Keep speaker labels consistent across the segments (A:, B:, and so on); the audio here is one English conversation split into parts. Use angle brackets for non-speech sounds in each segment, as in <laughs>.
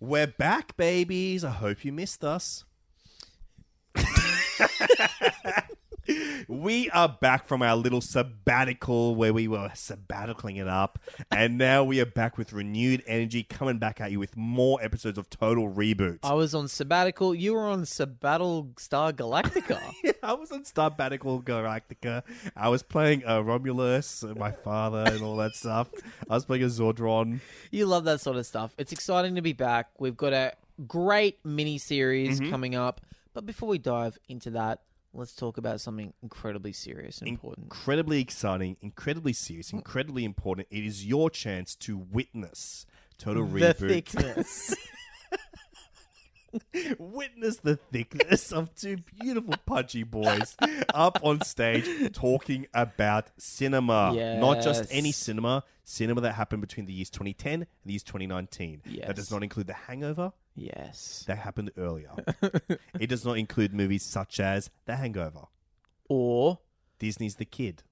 A: We're back, babies. I hope you missed us. we are back from our little sabbatical where we were sabbaticling it up. And now we are back with renewed energy, coming back at you with more episodes of Total Reboot.
B: I was on sabbatical. You were on sabbatical Star Galactica.
A: <laughs> I was on Sabbatical Galactica. I was playing uh, Romulus, uh, my father, and all that stuff. I was playing a Zordron.
B: you love that sort of stuff. It's exciting to be back. We've got a great mini series coming up. But before we dive into that, let's talk about something incredibly serious and important.
A: Incredibly exciting, incredibly serious, incredibly important. It is your chance to witness Total
B: The
A: Reboot.
B: thickness.
A: witness the thickness of two beautiful pudgy boys <laughs> up on stage talking about cinema. Not just
B: Yes.
A: any cinema, cinema that happened between the years 2010 and the years 2019. That does
B: Yes.
A: not include The Hangover.
B: yes.
A: That happened earlier. <laughs> it does not include movies such as The Hangover,
B: Or
A: Disney's The Kid,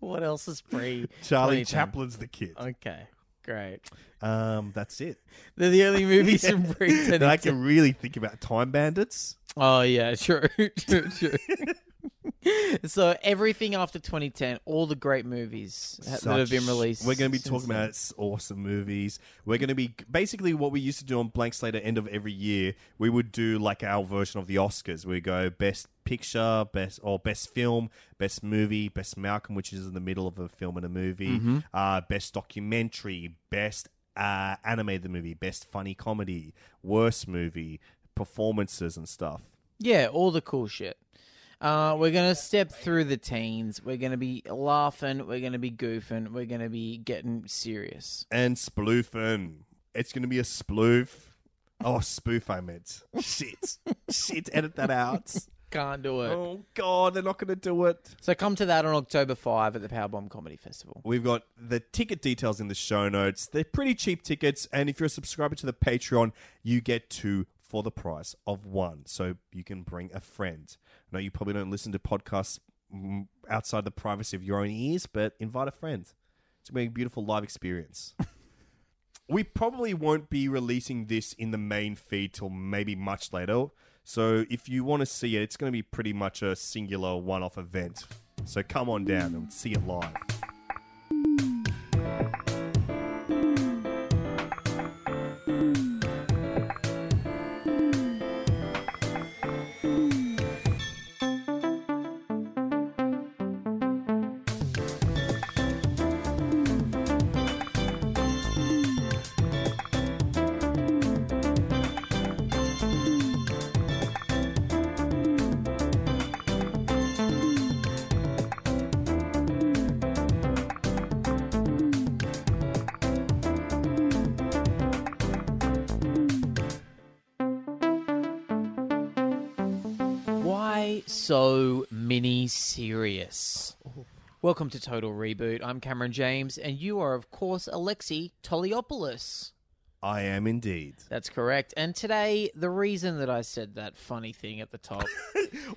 B: what else is free?
A: Charlie
B: 2010.
A: Chaplin's The Kid.
B: Okay. Great.
A: Um, that's it.
B: They're the
A: <laughs>
B: only movies from pre
A: That I can really think about Time Bandits.
B: Oh yeah, true, <laughs> true, true. so everything after 2010, all the great movies ha- that have been
A: Such-
B: released.
A: We're going to be
B: since
A: talking
B: then.
A: about s- awesome movies. We're going to be basically what we used to do on Blank Slate at end of every year. We would do like our version of the Oscars. We go best picture, best or best film, best movie, best Malcolm, which is in the middle of a film and a movie,
B: Mm-hmm.
A: uh, best documentary, best uh, animated movie, best funny comedy, worst movie, performances and stuff.
B: yeah, all the cool shit. Uh, we're going to step through the teens. We're going to be laughing. We're going to be goofing. We're going to be getting serious.
A: and sploofing. It's going to be a sploof. Oh, spoof, I meant. Shit. Shit, edit that out.
B: Can't do it.
A: Oh, God, they're not going to do it.
B: So come to that on October 5 at the Powerbomb Comedy Festival.
A: We've got the ticket details in the show notes. They're pretty cheap tickets. And if you're a subscriber to the Patreon, you get two for the price of one. So you can bring a friend. I know you probably don't listen to podcasts mm, outside the privacy of your own ears, but invite a friend. It's going to be a beautiful live experience. we probably won't be releasing this in the main feed till maybe much later. So if you want to see it, it's going to be pretty much a singular one off event. So come on down and see it live.
B: Why so mini serious? Welcome to Total Reboot. I'm Cameron James, and you are, of course, Alexi Toliopoulos.
A: I am indeed.
B: That's correct. And today, the reason that I said that funny thing at the top,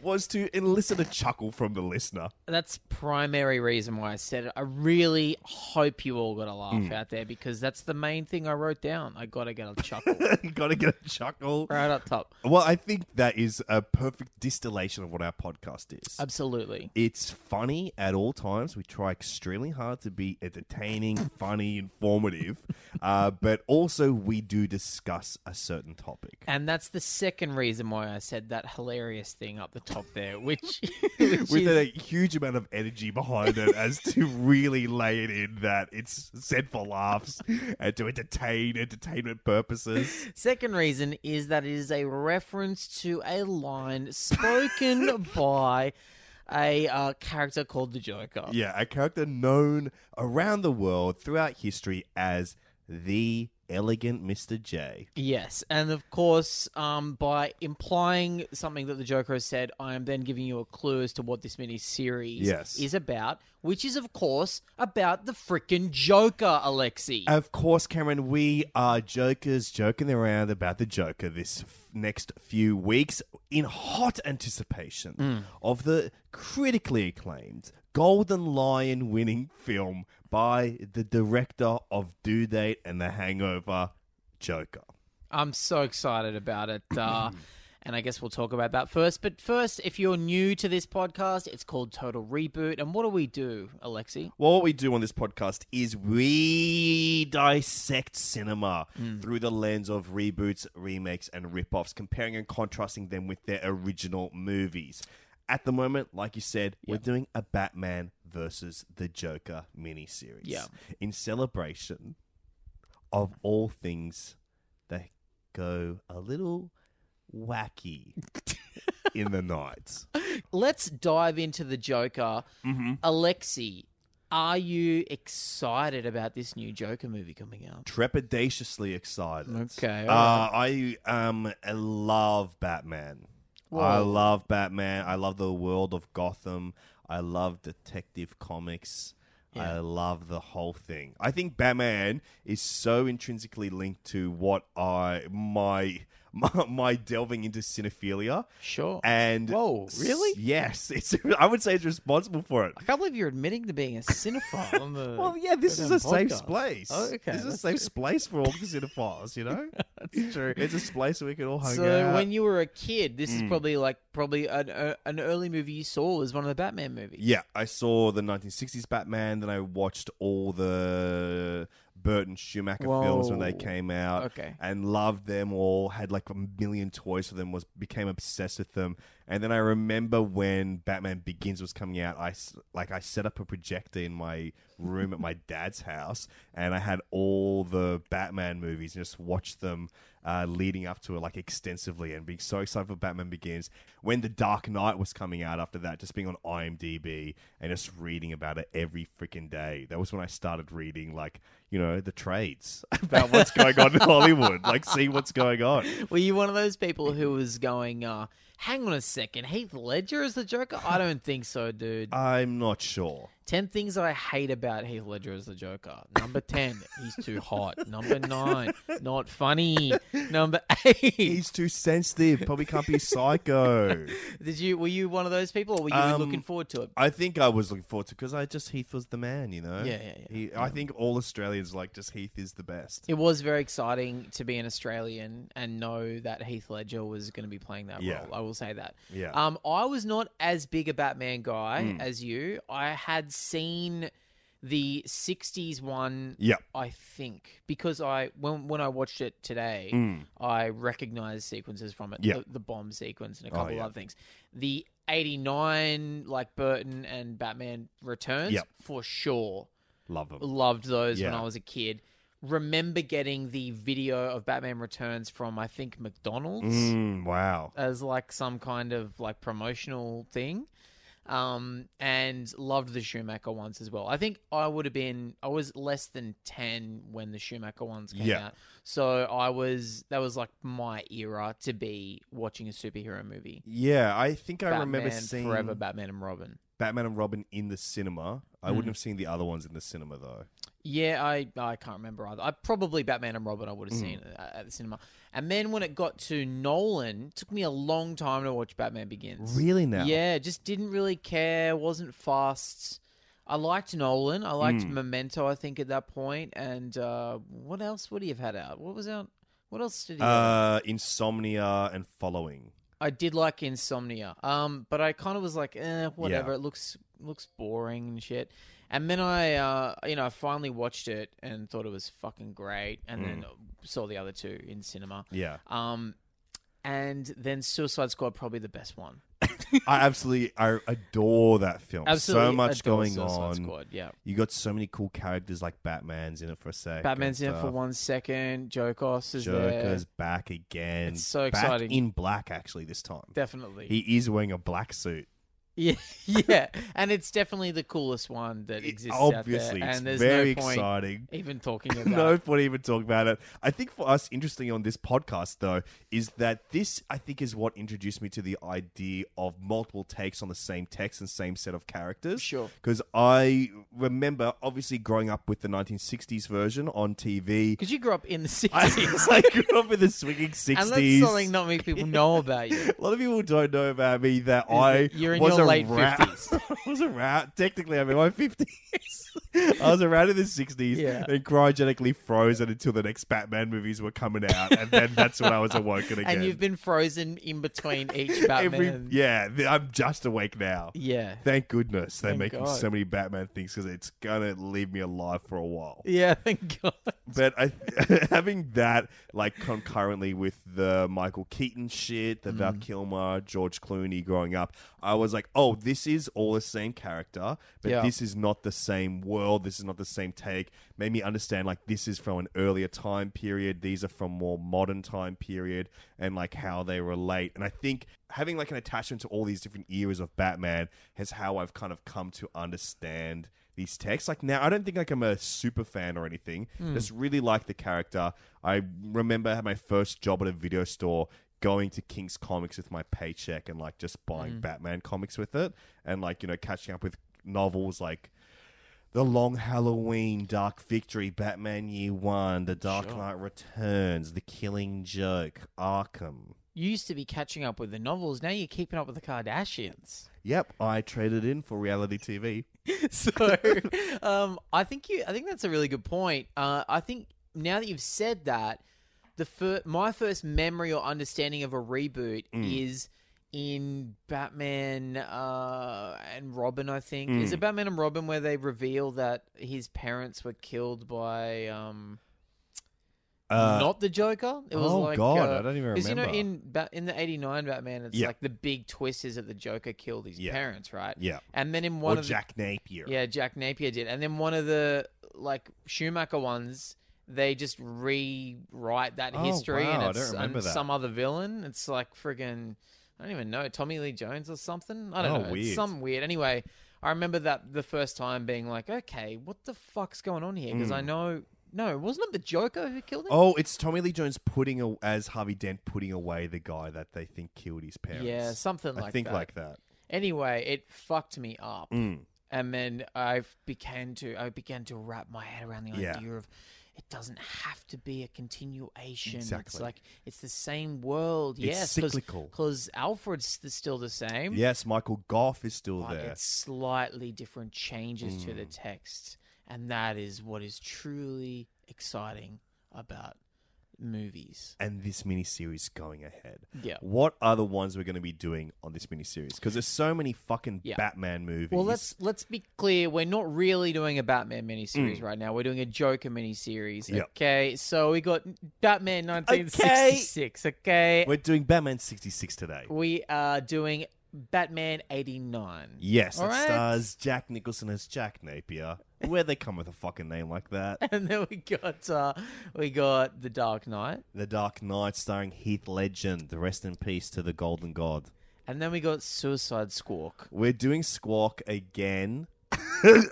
A: Was to elicit a chuckle from the listener. <laughs>
B: that's primary reason why I said it. I really hope you all got a laugh out there because that's the main thing I wrote down. I got to get a chuckle
A: Gotta get a chuckle.
B: right up top.
A: Well, I think that is a perfect distillation of what our podcast is.
B: Uh, Absolutely.
A: it's funny at all times. We try extremely hard to be entertaining, funny,
B: <laughs>
A: informative, uh, but also we do discuss a certain topic.
B: And that's the second reason why I said that hilarious thing up the top there, which, which
A: With
B: is-
A: a huge amount of energy behind it as to really lay it in that it's said for laughs and to entertain entertainment purposes.
B: Second reason is that it is a reference to a
A: <laughs>
B: line spoken by a uh, character called the Joker.
A: Yeah, a character known around the world throughout history as the elegant Mr. J.
B: Yes, and of course, um, by implying something that the Joker has said, I am then giving you a clue as to what this mini series
A: Yes.
B: is about, which is, of course, about the freaking Joker, Alexi.
A: Of course, Cameron, we are jokers joking around about the Joker this f- next few weeks in hot anticipation of the critically acclaimed Golden Lion winning film by the director of Due Date and The Hangover, Joker.
B: I'm so excited about it. Uh, and I guess we'll talk about that first. But first, if you're new to this podcast, it's called Total Reboot. And what do we do, Alexi?
A: Well, what we do on this podcast is we dissect cinema
B: Hmm.
A: through the lens of reboots, remakes, and rip-offs, comparing and contrasting them with their original movies. At the moment, like you said, we're doing a Batman versus the Joker miniseries.
B: Yeah.
A: In celebration of all things that go a little
B: <laughs>
A: wacky in the night.
B: Let's dive into the Joker. Alexi, are you excited about this new Joker movie coming out?
A: trepidatiously excited.
B: Okay,
A: Uh, I um I love Batman. I
B: Whoa.
A: love Batman. I love the world of Gotham. I love Detective Comics. I love the whole thing. I think Batman is so intrinsically linked to what I my <laughs> my, my delving into cinephilia
B: Sure.
A: and
B: Oh, Whoa, really?
A: yes, it's <laughs> I would say it's responsible for it.
B: I can't believe you're admitting to being a cinephile. <laughs> on the
A: Well, yeah, this is a
B: goddamn
A: safe
B: podcast.
A: place.
B: Oh, okay,
A: this is a
B: that's
A: safe place for all the cinephiles, you know.
B: <laughs> That's true.
A: It's a place where we can all hang
B: So
A: out.
B: when you were a kid, this is probably like probably an uh, an early movie you saw was one of the Batman movies.
A: yeah, I saw the 1960s Batman. Then I watched all the Burton Schumacher films when they
B: Whoa.
A: came out.
B: Okay.
A: and loved them all. Had like a million toys for them. Was became obsessed with them. And then I remember when Batman Begins was coming out. I s- like I set up a projector in my room at my dad's house, and I had all the Batman movies and just watched them uh, leading up to it like extensively, and being so excited for Batman Begins. When The Dark Knight was coming out after that, just being on IMDb and just reading about it every freaking day. That was when I started reading like you know the trades <laughs> about what's going on
B: <laughs>
A: in Hollywood, like see what's going on.
B: Were you one of those people who was going, uh, "Hang on a second, Heath Ledger is the Joker"? I don't think so, dude.
A: I'm not sure.
B: ten things I hate about Heath Ledger as the Joker. Number ten, he's too hot. Number nine, not funny. Number <laughs> eight,
A: He's too sensitive. Probably can't be psycho.
B: did you were you one of those people, or were you
A: Um,
B: looking forward to it?
A: <laughs> I think I was looking forward to because I just Heath was the man, you know.
B: Yeah, yeah, yeah.
A: He, I think all Australians like just Heath is the best.
B: It was very exciting to be an Australian and know that Heath Ledger was going to be playing that
A: Yeah.
B: role. I will say that.
A: Yeah. Hmm.
B: Um, I was not as big a Batman guy as you. I had seen the '60s one.
A: Yeah.
B: I think because I when when I watched it today,
A: Mm.
B: I recognized sequences from it.
A: Yeah. Oh,
B: The, the bomb sequence and a couple
A: yeah.
B: other things. The '89 like Burton and Batman Returns
A: Yeah.
B: for sure
A: Love him.
B: loved those when
A: Yeah.
B: I was a kid. Remember getting the video of Batman Returns from I think McDonald's
A: Mm, wow.
B: as like some kind of like promotional thing. Um, and loved the Schumacher ones as well. I think I would have been I was less than ten when the Schumacher ones came
A: Yeah.
B: out. So I was that was like my era to be watching a superhero movie.
A: Yeah, I think I remember
B: Batman
A: seeing
B: Forever Batman and Robin.
A: Batman and Robin in the cinema. I wouldn't
B: Mm.
A: have seen the other ones in the cinema though.
B: Yeah, I, I can't remember either. I probably Batman and Robin I would have seen
A: Mm.
B: it at, at the cinema. And then when it got to Nolan, it took me a long time to watch Batman Begins.
A: Really now?
B: Yeah, just didn't really care, wasn't fast. I liked Nolan. I liked
A: Hmm.
B: Memento, I think, at that point. And uh, what else would he have had out? What was out? What else did he have?
A: Uh, insomnia and following.
B: I did like Insomnia, um, but I kind of was like, eh, whatever.
A: Yeah.
B: It looks looks boring and shit. And then I, uh, you know, I finally watched it and thought it was fucking great, and then
A: Hmm.
B: saw the other two in cinema.
A: Yeah,
B: Um, and then Suicide Squad probably the best one.
A: I absolutely I adore that film.
B: Absolutely,
A: so much
B: adore
A: going
B: Suicide
A: on.
B: Squad, yeah.
A: You got so many cool characters like Batman's in it for a sec.
B: Batman's
A: and
B: in it for
A: stuff.
B: one second. Jokos is there.
A: uh, Joker's back again.
B: It's so
A: Back
B: exciting.
A: in black, actually, this time.
B: Definitely.
A: He is wearing a black suit.
B: Yeah, <laughs> yeah, and it's definitely the coolest one that exists. out there,
A: Obviously,
B: and
A: it's
B: there's
A: very
B: no point
A: exciting.
B: even
A: <laughs>
B: talking <laughs> about.
A: No point even talking about it. I think for us, interesting on this podcast though, is that this I think is what introduced me to the idea of multiple takes on the same text and same set of characters.
B: Sure.
A: Because I remember obviously growing up with the 1960s version on
B: <laughs>
A: TV.
B: Because you grew up in the
A: <laughs> I,
B: 60s. <laughs>
A: I grew up in the swinging 60s. <laughs>
B: and that's something not many people know about you.
A: A lot of people don't know about me that I
B: you're in
A: was
B: your
A: a
B: late
A: rat. <laughs>
B: 50s.
A: I was a rat. Technically, I'm in my 50s. <laughs> I was a rat in the 60s
B: Yeah.
A: and cryogenically frozen until the next Batman movies were coming out. And then that's when I was awoken again.
B: <laughs> And you've been frozen in between each Batman.
A: Every- yeah, th- I'm just awake now.
B: yeah.
A: Thank goodness they're
B: Thank
A: making
B: God.
A: so many Batman things because it's gonna leave me alive for a while.
B: Yeah, thank God.
A: But I, <laughs> having that like concurrently with the Michael Keaton shit, the Val Kilmer, George Clooney growing up, I was like, oh, this is all the same character, but
B: Yeah.
A: this is not the same world. This is not the same take. Made me understand like this is from an earlier time period. These are from more modern time period, and like how they relate. And I think having like an attachment to all these different eras of Batman has how I've kind of come to understand these texts. Like now, I don't think like I'm a super fan or anything.
B: Hmm.
A: Just really like the character. I remember I had my first job at a video store. Going to King's Comics with my paycheck and like just buying
B: Hmm.
A: Batman comics with it, and like you know catching up with novels like the Long Halloween, Dark Victory, Batman Year One, The Dark
B: Sure.
A: Knight Returns, The Killing Joke, Arkham.
B: You used to be catching up with the novels. Now you're keeping up with the Kardashians.
A: Yep, I traded in for reality TV.
B: <laughs> so um, I think you. I think that's a really good point. Uh, I think now that you've said that, the fir- my first memory or understanding of a reboot
A: Mm.
B: is in Batman uh, and Robin. I think is it
A: Mm.
B: Batman and Robin where they reveal that his parents were killed by. Um,
A: Uh,
B: not the Joker. It was
A: oh,
B: like
A: God,
B: uh,
A: I don't even
B: 'cause, You know,
A: remember.
B: in ba- in the '89 Batman, it's
A: Yeah.
B: like the big twist is that the Joker killed his
A: Yeah.
B: parents, right?
A: Yeah.
B: And then in one
A: or
B: of the
A: Jack Napier.
B: yeah, Jack Napier did. And then one of the like Schumacher ones, they just rewrite that
A: Oh,
B: history
A: wow, I
B: and
A: don't
B: it's and
A: remember that.
B: some other villain. It's like friggin' I don't even know, Tommy Lee Jones or something. I don't
A: Oh,
B: know. It's
A: weird.
B: some weird. Anyway, I remember that the first time being like, okay, what the fuck's going on here? Because I know no, wasn't it the Joker who killed him?
A: Hmm. Oh, it's Tommy Lee Jones putting a- as Harvey Dent putting away the guy that they think killed his parents.
B: yeah, something like
A: I think
B: that.
A: like that.
B: Anyway, it fucked me up.
A: Mm.
B: and then I began to I began to wrap my head around the
A: Yeah.
B: idea of it doesn't have to be a continuation. It's
A: Exactly.
B: like it's the same world.
A: It's
B: yes,
A: cyclical.
B: because Alfred's th- still the same.
A: Yes, Michael Goff is still
B: but
A: there.
B: it's slightly different changes to
A: Mm.
B: the text, and that is what is truly exciting about movies.
A: and this miniseries going ahead.
B: Yeah.
A: What are the ones we're going to be doing on this miniseries? Because there's so many fucking
B: Yeah.
A: Batman movies.
B: Well, let's let's be clear. We're not really doing a Batman miniseries
A: Mm.
B: right now. We're doing a Joker miniseries.
A: Yep.
B: Okay, so we got Batman 1966. Okay,
A: We're doing Batman 66 today.
B: we are doing Batman 89.
A: Yes,
B: All
A: it
B: right.
A: stars Jack Nicholson as Jack Napier. Where they come with a fucking name like
B: <laughs>
A: that.
B: <laughs> And then we got uh, we got the Dark Knight,
A: The Dark Knight starring Heath Legend. Rest in peace to the Golden God.
B: and then we got Suicide Squawk.
A: We're doing Squawk again.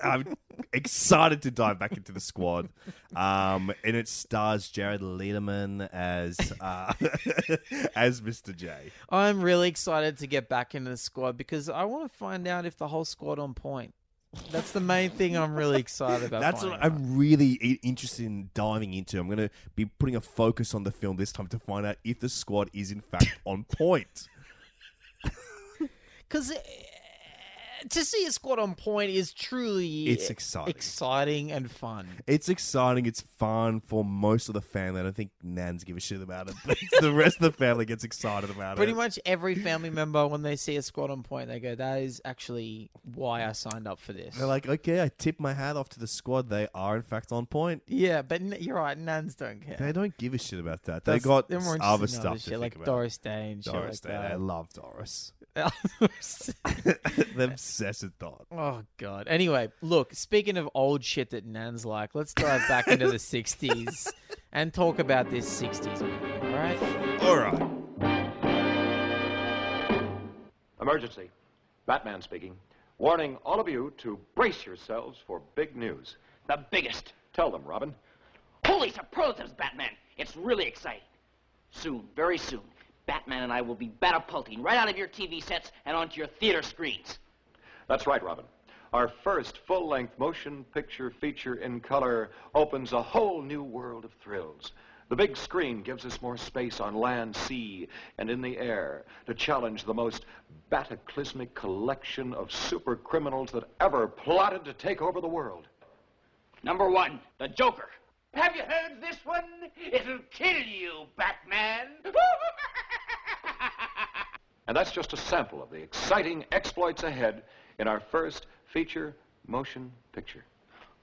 A: I'm excited to dive back into the squad. Um, and it stars Jared Lederman as uh, <laughs> as Mr. J.
B: I'm really excited to get back into the squad because I want to find out if the whole squad on point. That's the main thing I'm really excited about.
A: That's
B: finding
A: what
B: out.
A: I'm really i- interested in diving into. I'm going to be putting a focus on the film this time to find out if the squad is in fact on point.
B: because eh, to see a squad on point is truly
A: It's exciting.
B: exciting and fun.
A: It's exciting. It's fun for most of the family. I don't think Nans give a shit about it, but the rest of the family gets excited about
B: Pretty
A: it.
B: much every family member, when they see a squad on point, they go, "That is actually why I signed up for this."
A: They're like, okay, I tip my hat off to the squad. They are in fact on point.
B: "Yeah, but n- you're right. Nuns don't care.
A: They don't give a shit about that. They
B: That's-
A: got
B: they're more interested in
A: other stuff to
B: shit,
A: think
B: like
A: about.
B: Doris Day and shit
A: Doris
B: like
A: Day. I
B: that.
A: love
B: <laughs>
A: Doris. <laughs>
B: Doris-
A: They're obsessed with Doris.
B: <laughs> oh god. Anyway, look. Speaking of old shit that Nan's like, let's dive back
A: <laughs>
B: into the '60s and talk about this '60s movie. All right.
A: All right.
C: Emergency. Batman speaking. Warning all of you to brace yourselves for big news.
D: The biggest.
C: Tell them, Robin.
D: Holy superlatives, Batman! It's really exciting. Soon, very soon, Batman and I will be batapulting right out of your TV sets and onto your theater screens.
C: That's right, Robin. Our first full length motion picture feature in color opens a whole new world of thrills. The big screen gives us more space on land, sea, and in the air to challenge the most bataclysmic collection of super criminals that ever plotted to take over the world.
D: Number one, the Joker. Have you heard this one? It'll kill you, Batman. <laughs>
C: And that's just a sample of the exciting exploits ahead in our first feature motion picture.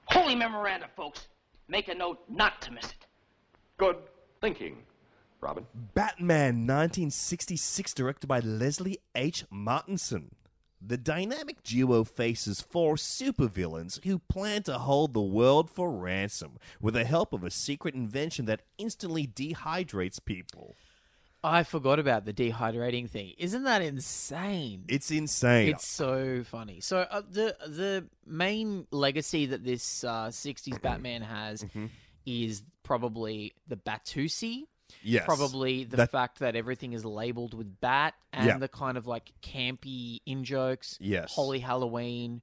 D: Holy memoranda, folks. Make a note not to miss it.
C: Good thinking, Robin.
A: Batman 1966, directed by Leslie H. Martinson. The dynamic duo faces four supervillains who plan to hold the world for ransom with the help of a secret invention that instantly dehydrates people.
B: I forgot about the dehydrating thing. Isn't that insane?
A: It's insane.
B: It's so funny. So uh, the the main legacy that this uh,
A: <clears throat>
B: '60s Batman has
A: Mm-hmm.
B: is probably the Batusi.
A: yes.
B: Probably the
A: That-
B: fact that everything is labeled with bat and
A: Yeah.
B: the kind of like campy in jokes.
A: Yes.
B: Holy Halloween.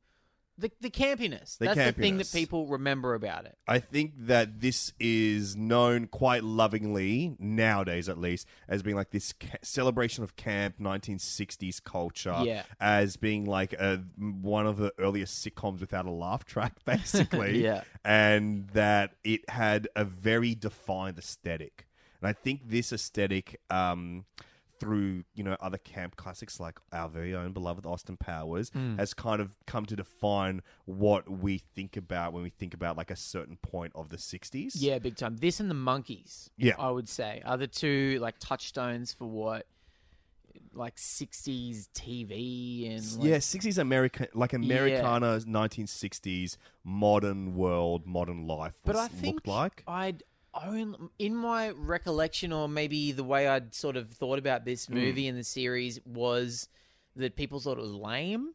B: The, the campiness.
A: The
B: That's the thing that
A: campiness.
B: people remember about it.
A: I think that this is known quite lovingly nowadays, at least, as being like this ca- celebration of camp, 1960s culture,
B: Yeah.
A: as being like a, one of the earliest sitcoms without a laugh track, <laughs> basically,
B: Yeah.
A: and that it had a very defined aesthetic. And I think this aesthetic, um, through you know other camp classics like our very own beloved Austin Powers,
B: Hmm.
A: has kind of come to define what we think about when we think about like a certain point of the '60s.
B: Yeah, big time. This and the monkeys.
A: Yeah.
B: I would say are the two like touchstones for what like '60s TV and like,
A: yeah, '60s America, like Americana, 1960s modern world, modern life. Was,
B: But I think
A: looked like
B: I'd own in my recollection, or maybe the way I'd sort of thought about this
A: Mm.
B: movie and the series was that people thought it was lame.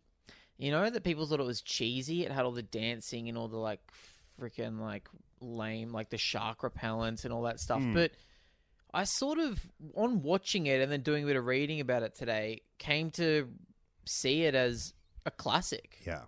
B: You know that people thought it was cheesy. It had all the dancing and all the like freaking like lame like the shark repellents and all that stuff.
A: Mm.
B: But I sort of on watching it and then doing a bit of reading about it today came to see it as a classic.
A: yeah.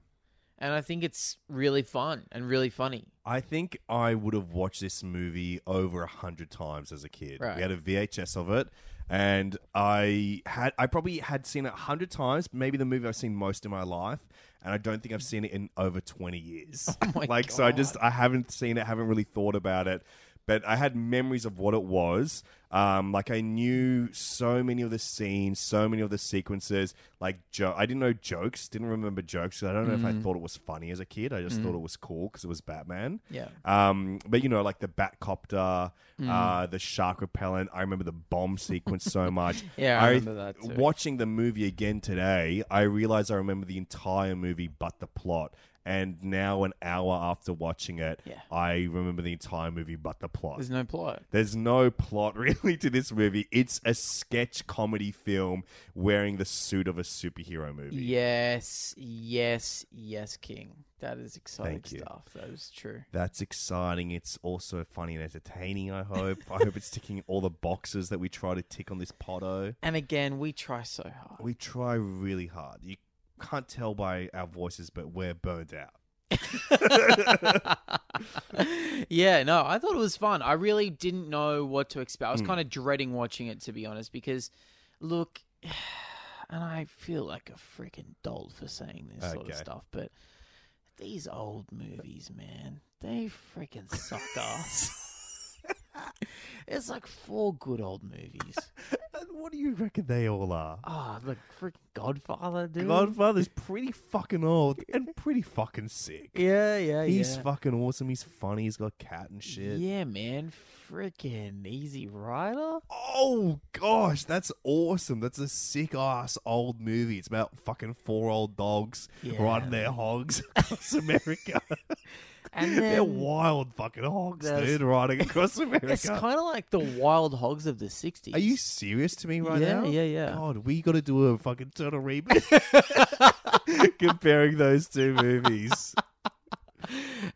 B: And I think it's really fun and really funny.
A: I think I would have watched this movie over a hundred times as a kid.
B: Right.
A: We had a VHS of it, and I had I probably had seen it a hundred times. Maybe the movie I've seen most in my life, and I don't think I've seen it in over twenty
B: <laughs>
A: years.
B: Oh my
A: like so, I just
B: God.
A: I haven't seen it, haven't really thought about it. But I had memories of what it was. Um, like I knew so many of the scenes, so many of the sequences. Like jo- I didn't know jokes, didn't remember jokes. I don't know
B: Mm.
A: if I thought it was funny as a kid. I just thought it was cool because it was Batman.
B: Yeah. Mm.
A: Um, but you know, like the Batcopter, uh, the shark repellent. I remember the bomb sequence so
B: <laughs>
A: much.
B: Yeah, I remember that too.
A: Watching the movie again today, I realized I remember the entire movie but the plot. And now, an hour after watching it,
B: Yeah.
A: I remember the entire movie but the plot.
B: There's no plot.
A: There's no plot <laughs> really to this movie. It's a sketch comedy film wearing the suit of a superhero movie.
B: Yes, yes, yes, King. That is exciting
A: Thank you.
B: stuff. That is true.
A: That's exciting. It's also funny and entertaining, I hope. I hope it's ticking all the boxes that we try to tick on this potto.
B: And again, we try so hard.
A: We try really hard. You can't tell by our voices, but we're burned out.
B: yeah, no, I thought it was fun. I really didn't know what to expect.
A: Hmm.
B: I was kind of dreading watching it, to be honest, because look, <sighs> and I feel like a freaking dolt for saying this sort of
A: Okay.
B: stuff, but these old movies, man, they freaking
A: <laughs>
B: suck ass. it's like four good old movies.
A: And what do you reckon they all are?
B: Oh, the freaking Godfather, dude.
A: Godfather's
B: <laughs>
A: pretty fucking old and pretty fucking sick.
B: Yeah, yeah,
A: He's
B: yeah.
A: fucking awesome. He's funny. He's got cat and shit.
B: Yeah, man. Freaking Easy Rider.
A: Oh gosh, that's awesome. That's a sick ass old movie. It's about fucking four old dogs
B: Yeah.
A: riding their hogs <laughs> across America.
B: And
A: They're
B: then
A: wild fucking hogs,
B: There's-
A: dude,
B: <laughs>
A: riding across
B: it's
A: America.
B: kind of like the Wild Hogs of the 60s.
A: Are you serious to me right
B: Yeah,
A: now?
B: yeah, yeah.
A: God, we got to do a fucking
B: <laughs>
A: total reboot <laughs> comparing those two
B: <laughs>
A: movies.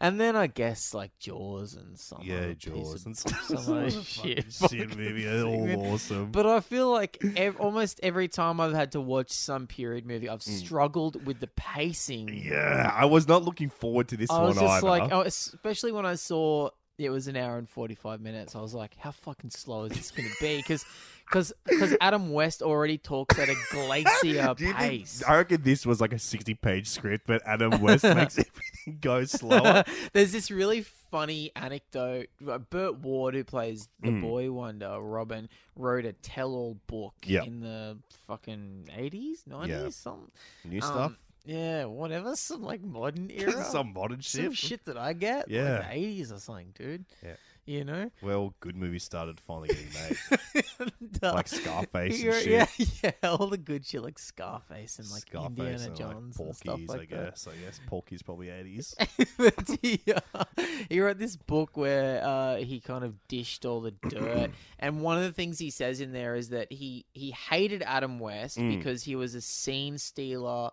B: And then I guess like Jaws and some other
A: yeah,
B: piece
A: Jaws
B: of-
A: and <laughs>
B: <laughs> some other shit.
A: shit movie.
B: <laughs>
A: They're all
B: man.
A: awesome.
B: But I feel like ev- almost every time I've had to watch some period movie, I've
A: Mm.
B: struggled with the pacing.
A: yeah, I was not looking forward to this
B: I
A: one
B: was just
A: either.
B: like, oh, especially when I saw it was an hour and 45 minutes. I was like, how fucking slow is this going to be? Because cause, cause Adam West already talks at a glacier
A: <laughs> Do you think-
B: pace. <laughs>
A: I reckon this was like a 60 page script, but Adam West makes everything <laughs> go slower.
B: There's this really funny anecdote. Uh, Burt Ward, who plays the
A: Mm.
B: boy wonder, Robin, wrote a tell all book
A: Yep.
B: in the fucking 80s, 90s, something.
A: New
B: Um,
A: stuff.
B: Yeah, whatever. Some like
A: <laughs>
B: modern era.
A: Some modern
B: Some
A: shit.
B: shit that I get.
A: Yeah.
B: Like the 80s or something, dude.
A: Yeah.
B: You know?
A: Well, good movies started finally getting made.
B: <laughs>
A: <laughs>
B: Duh.
A: like Scarface and
B: You're-
A: shit.
B: Yeah, <laughs> yeah, all the good shit like Scarface and like
A: Scarface
B: Indiana
A: and
B: Jones
A: like
B: and stuff
A: Porky's,
B: like
A: I
B: that.
A: guess. I guess Porky's probably 80s.
B: <laughs> But he, uh, he wrote this book where uh, he kind of dished all the
A: <clears throat>
B: dirt, and one of the things he says in there is that he he hated Adam West
A: Mm.
B: because he was a scene stealer.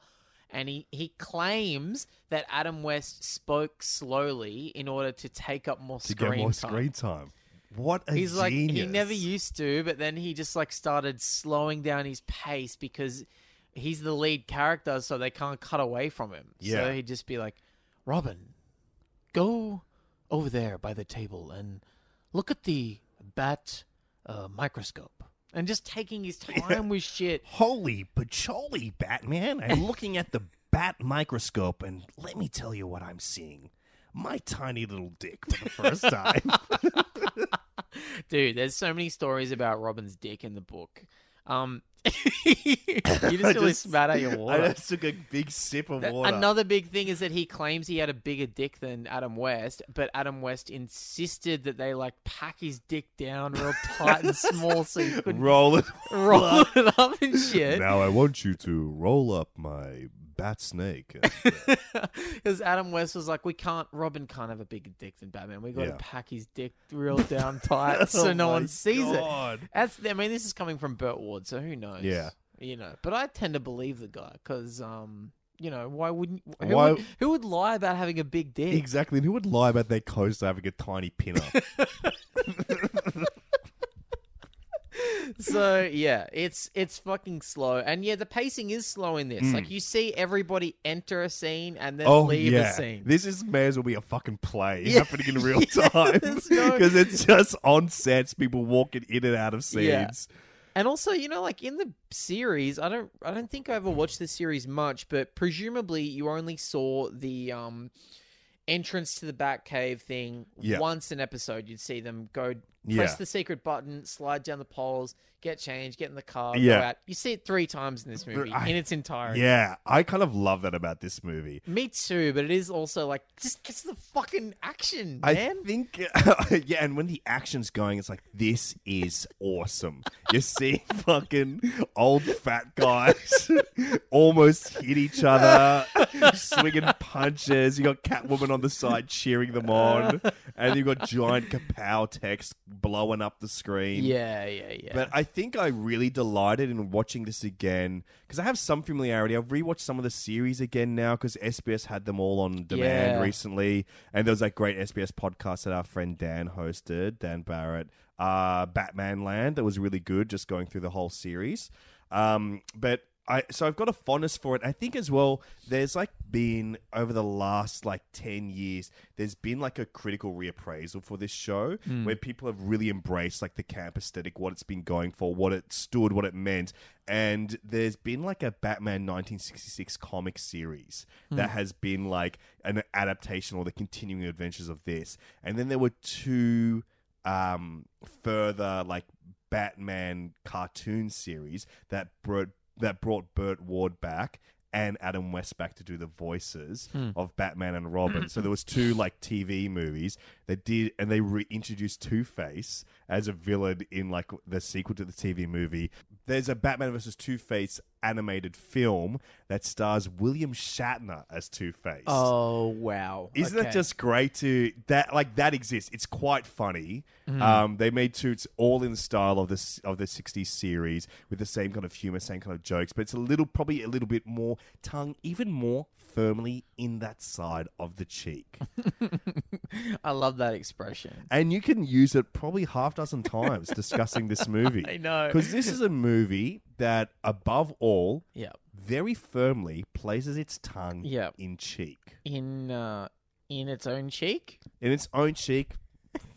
B: And he, he claims that Adam West spoke slowly in order to take up more
A: to
B: screen
A: get more
B: time.
A: screen time. What a
B: He's like he
A: genius.
B: never used to, but then he just like started slowing down his pace because he's the lead character, so they can't cut away from him.
A: Yeah.
B: So he'd just be like, Robin, go over there by the table and look at the bat uh, microscope. And just
A: <laughs>
B: taking his time with shit.
A: Holy patchouli, Batman.
B: <laughs>
A: I'm looking at the bat microscope, and let me tell you what I'm seeing. My tiny little dick for the
B: <laughs>
A: first time.
B: Dude, there's so many stories about Robin's dick in the book. Um, <laughs> you
A: <laughs>
B: just really
A: just-
B: spat out your
A: <laughs>
B: water.
A: I just took a big sip of
B: Th-
A: water.
B: Another big thing is that he claims he had a bigger dick than Adam West, but Adam West insisted that they like pack his dick down real tight and small so you couldn't
A: roll
B: <laughs>
A: it.
B: roll it up and shit. <laughs>
A: now I want you to roll up my bat
B: <laughs>
A: snake.
B: Because Adam West was like, "We can't. Robin can't have a bigger dick than Batman. We got
A: Yeah.
B: to pack his dick real down
A: <laughs>
B: tight so
A: Oh
B: no
A: my
B: one sees
A: God.
B: it." That's. I mean, this is coming from Burt Ward, so who knows?
A: Yeah.
B: you know. But I tend to believe the guy because, um, you know, why wouldn't? Who,
A: Why-
B: Would, who would lie about having a big dick?
A: exactly. And who would lie about their coaster having a tiny
B: <laughs>
A: pinup?
B: so yeah, it's it's fucking slow, and yeah, the pacing is slow in this. Like you see everybody enter a scene and then
A: Mm. oh
B: leave
A: yeah,
B: a scene.
A: this is may as well be a fucking play
B: <laughs> Yeah.
A: happening in real
B: Yeah,
A: time
B: there's
A: because
B: no-
A: it's just on sets, people walking in and out of scenes.
B: Yeah. and also, you know, like in the series, I don't I don't think I ever watched the series much, but presumably you only saw the um entrance to the Batcave thing
A: Yeah.
B: once an episode. You'd see them go press
A: Yeah.
B: the secret button, slide down the poles, get changed, get in the car,
A: Yeah.
B: go out. You see it three times in this movie
A: I-
B: in its entirety.
A: Yeah, I kind of love that about this movie.
B: Me too, but it is also like just gets the fucking action,
A: I
B: man.
A: think, <laughs> yeah, and when the action's going, it's like, this is awesome. You're seeing <laughs> fucking old fat guys <laughs> almost hit each other, swinging punches. You got Catwoman on the side cheering them on, and you've got giant kapow text blowing up the screen.
B: yeah, yeah, yeah.
A: But I think I really delighted in watching this again because I have some familiarity. I've rewatched some of the series again now because SBS had them all on demand
B: Yeah.
A: recently, and there was that great SBS podcast that our friend Dan hosted, Dan Barrett, uh, Batman Land, that was really good, just going through the whole series. Um, but I so I've got a fondness for it. I think as well, there's like been over the last like ten years, there's been like a critical reappraisal for this show where people have really embraced like the camp aesthetic, what it's been going for, what it stood, what it meant. And there's been like a Batman 1966 comic series that has been like an adaptation or the continuing adventures of this. And then there were two um, further like Batman cartoon series that brought that brought Burt Ward back and Adam West back to do the voices of Batman and Robin. so there was two like TV movies that did and they reintroduced Two-Face as a villain in like the sequel to the TV movie. There's a Batman versus Two-Face animated film that stars William Shatner as Two-Face.
B: oh wow!
A: Isn't
B: okay.
A: it just great to that like that exists? It's quite funny.
B: Mm.
A: Um, they made two. It's all in the style of this of the '60s series with the same kind of humor, same kind of jokes, but it's a little probably a little bit more tongue, even more firmly in that side of the
B: <laughs>
A: cheek,
B: I love that expression.
A: and you can use it probably half dozen
B: <laughs>
A: times discussing this movie.
B: I know.
A: because this is a movie that, above all,
B: Yeah,
A: very firmly places its tongue
B: Yeah.
A: in cheek.
B: in uh, in its own cheek.
A: in its own cheek,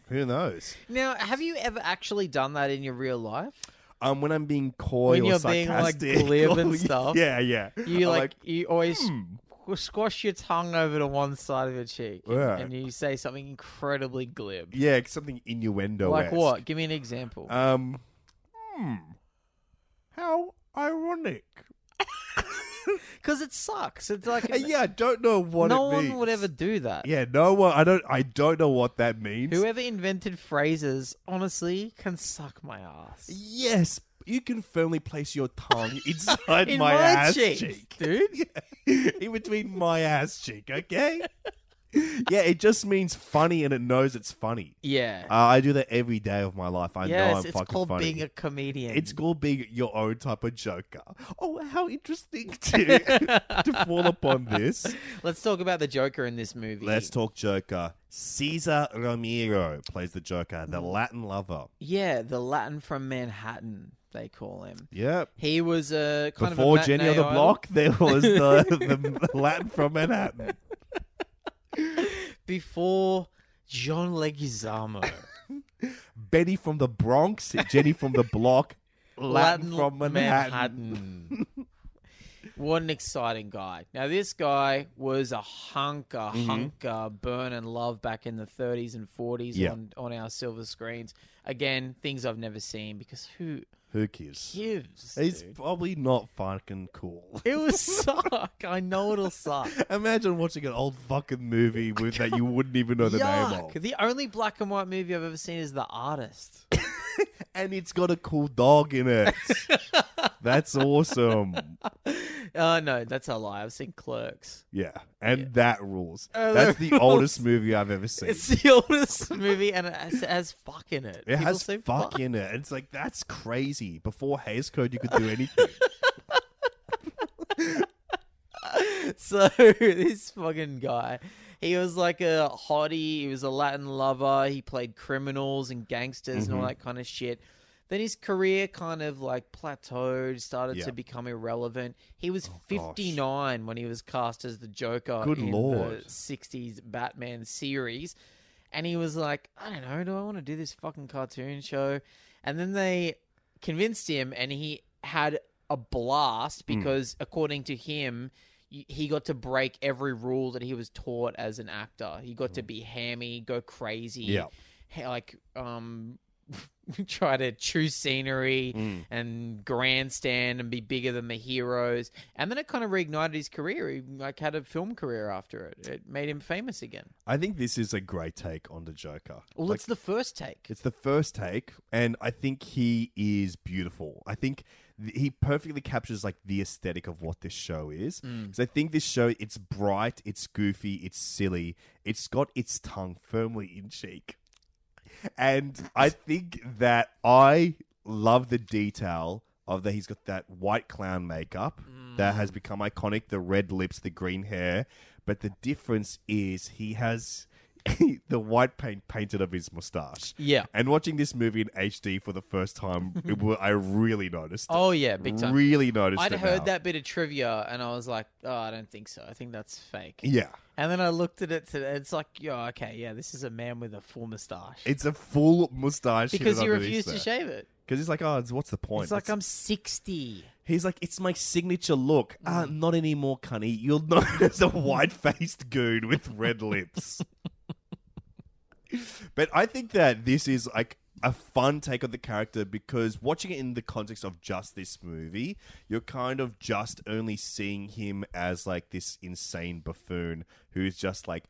A: Who knows?
B: Now, have you ever actually done that in your real life?
A: Um, when I'm being coy
B: When
A: or
B: you're being, like,
A: sarcastic, <laughs>
B: glib
A: or-
B: and stuff,
A: Yeah, yeah. <laughs>
B: You
A: I'm
B: like, you always
A: hmm.
B: squ- squash your tongue over to one side of your cheek, and-
A: Yeah.
B: and you say something incredibly glib.
A: yeah, something innuendo.
B: Like what? Give me an example.
A: Um, hmm. How ironic.
B: Because it sucks. It's like
A: Uh, <laughs> yeah, I don't know what
B: no
A: it
B: one
A: means.
B: would ever do that.
A: Yeah, no one. I don't. I don't know what that means.
B: Whoever invented phrases, honestly, can suck my ass.
A: Yes, you can firmly place your
B: <laughs>
A: tongue inside
B: In
A: my,
B: my
A: ass
B: cheek,
A: cheek, <laughs>
B: dude.
A: in between my ass cheek. Okay. yeah, it just means funny, and it knows it's funny.
B: Yeah.
A: Uh, I do that every day of my life. I know I'm
B: yes, it's
A: fucking
B: called
A: funny.
B: being a comedian.
A: It's called being your own type of joker. Oh, how
B: <laughs>
A: interesting to, to fall upon this.
B: Let's talk about the Joker in this movie.
A: Let's talk Joker. Caesar Romero plays the Joker,
B: Hmm.
A: the Latin lover.
B: Yeah, the Latin from Manhattan, they call him.
A: Yep.
B: He was a kind
A: Before
B: of a
A: Jenny
B: matinee
A: on the
B: idol.
A: Block, there was
B: <laughs>
A: the, <laughs> the Latin from Manhattan.
B: Before John Leguizamo,
A: Benny from the Bronx, Jenny from the Block, Latin, from Manhattan.
B: Manhattan. <laughs> what an exciting guy! Now this guy was a hunker,
A: Mm-hmm.
B: hunker, burn and love back in the 30s and 40s
A: Yeah.
B: on on our silver screens. Again, things I've never seen because who
A: Who cares?
B: gives?
A: He's
B: dude?
A: probably not fucking cool.
B: It will <laughs> suck. I know it'll suck.
A: Imagine watching an old fucking movie with that you wouldn't even know <laughs> the name of.
B: Yuck. The only black and white movie I've ever seen is The Artist.
A: <laughs> and it's got a cool dog in
B: <laughs>
A: it. That's awesome.
B: Uh, no, that's a lie. I've seen Clerks.
A: Yeah, and that rules.
B: Uh,
A: That's
B: that
A: the
B: rules.
A: oldest movie I've ever seen.
B: It's the oldest <laughs> movie, and it has, it has fuck in it.
A: it
B: People
A: has
B: say
A: fuck, in it. It's like that's crazy. Before Hays Code, you could do
B: <laughs>
A: anything.
B: <laughs> So this fucking guy, he was like a hottie. He was a Latin lover. He played criminals and gangsters
A: Mm-hmm.
B: and all that kind of shit. Then his career kind of like plateaued, started
A: Yeah. Oh,
B: to become irrelevant. He was
A: gosh.
B: 59 when he was cast as the Joker
A: Good
B: in
A: lord.
B: the 60s Batman series. And he was like, I don't know, do I want to do this fucking cartoon show? And then they convinced him, and he had a blast because, according to him, y- he got to break every rule that he was taught as an actor. He got to be hammy, go crazy,
A: Yeah.
B: ha- like um, <laughs> try to choose scenery
A: Mm.
B: and grandstand and be bigger than the heroes. And then it kind of reignited his career. He like had a film career after it. It made him famous again.
A: I think this is a great take on the Joker.
B: Well,
A: Like,
B: it's the first take.
A: It's the first take, and I think he is beautiful. I think th- he perfectly captures like the aesthetic of what this show is. Because I think this show, it's bright, it's goofy, it's silly, it's got its tongue firmly in cheek, and I think that I love the detail of that. He's got that white clown makeup that
B: Mm.
A: has become iconic, the red lips, the green hair, but the difference is he has. <laughs> the white paint painted of his mustache.
B: Yeah.
A: And watching this movie in HD for the first
B: <laughs>
A: time, it, wa- I really noticed. it.
B: Oh yeah, big time.
A: Really noticed.
B: I'd
A: it
B: heard
A: now.
B: that bit of trivia and I was like, oh, I don't think so. I think that's fake.
A: Yeah,
B: And then I looked at it today. It's like, yeah, okay, yeah, this is a man with a full moustache.
A: it's a full mustache
B: because he refused to shave it.
A: Because he's like, oh, it's, what's the point?
B: It's like
A: It's-
B: I'm 60.
A: He's like, it's my signature look. Ah, not anymore, cunny. You'll <laughs> notice a white faced goon with red lips. but I think that this is like a fun take on the character because watching it in the context of just this movie, you're kind of just only seeing him as like this insane buffoon who's just like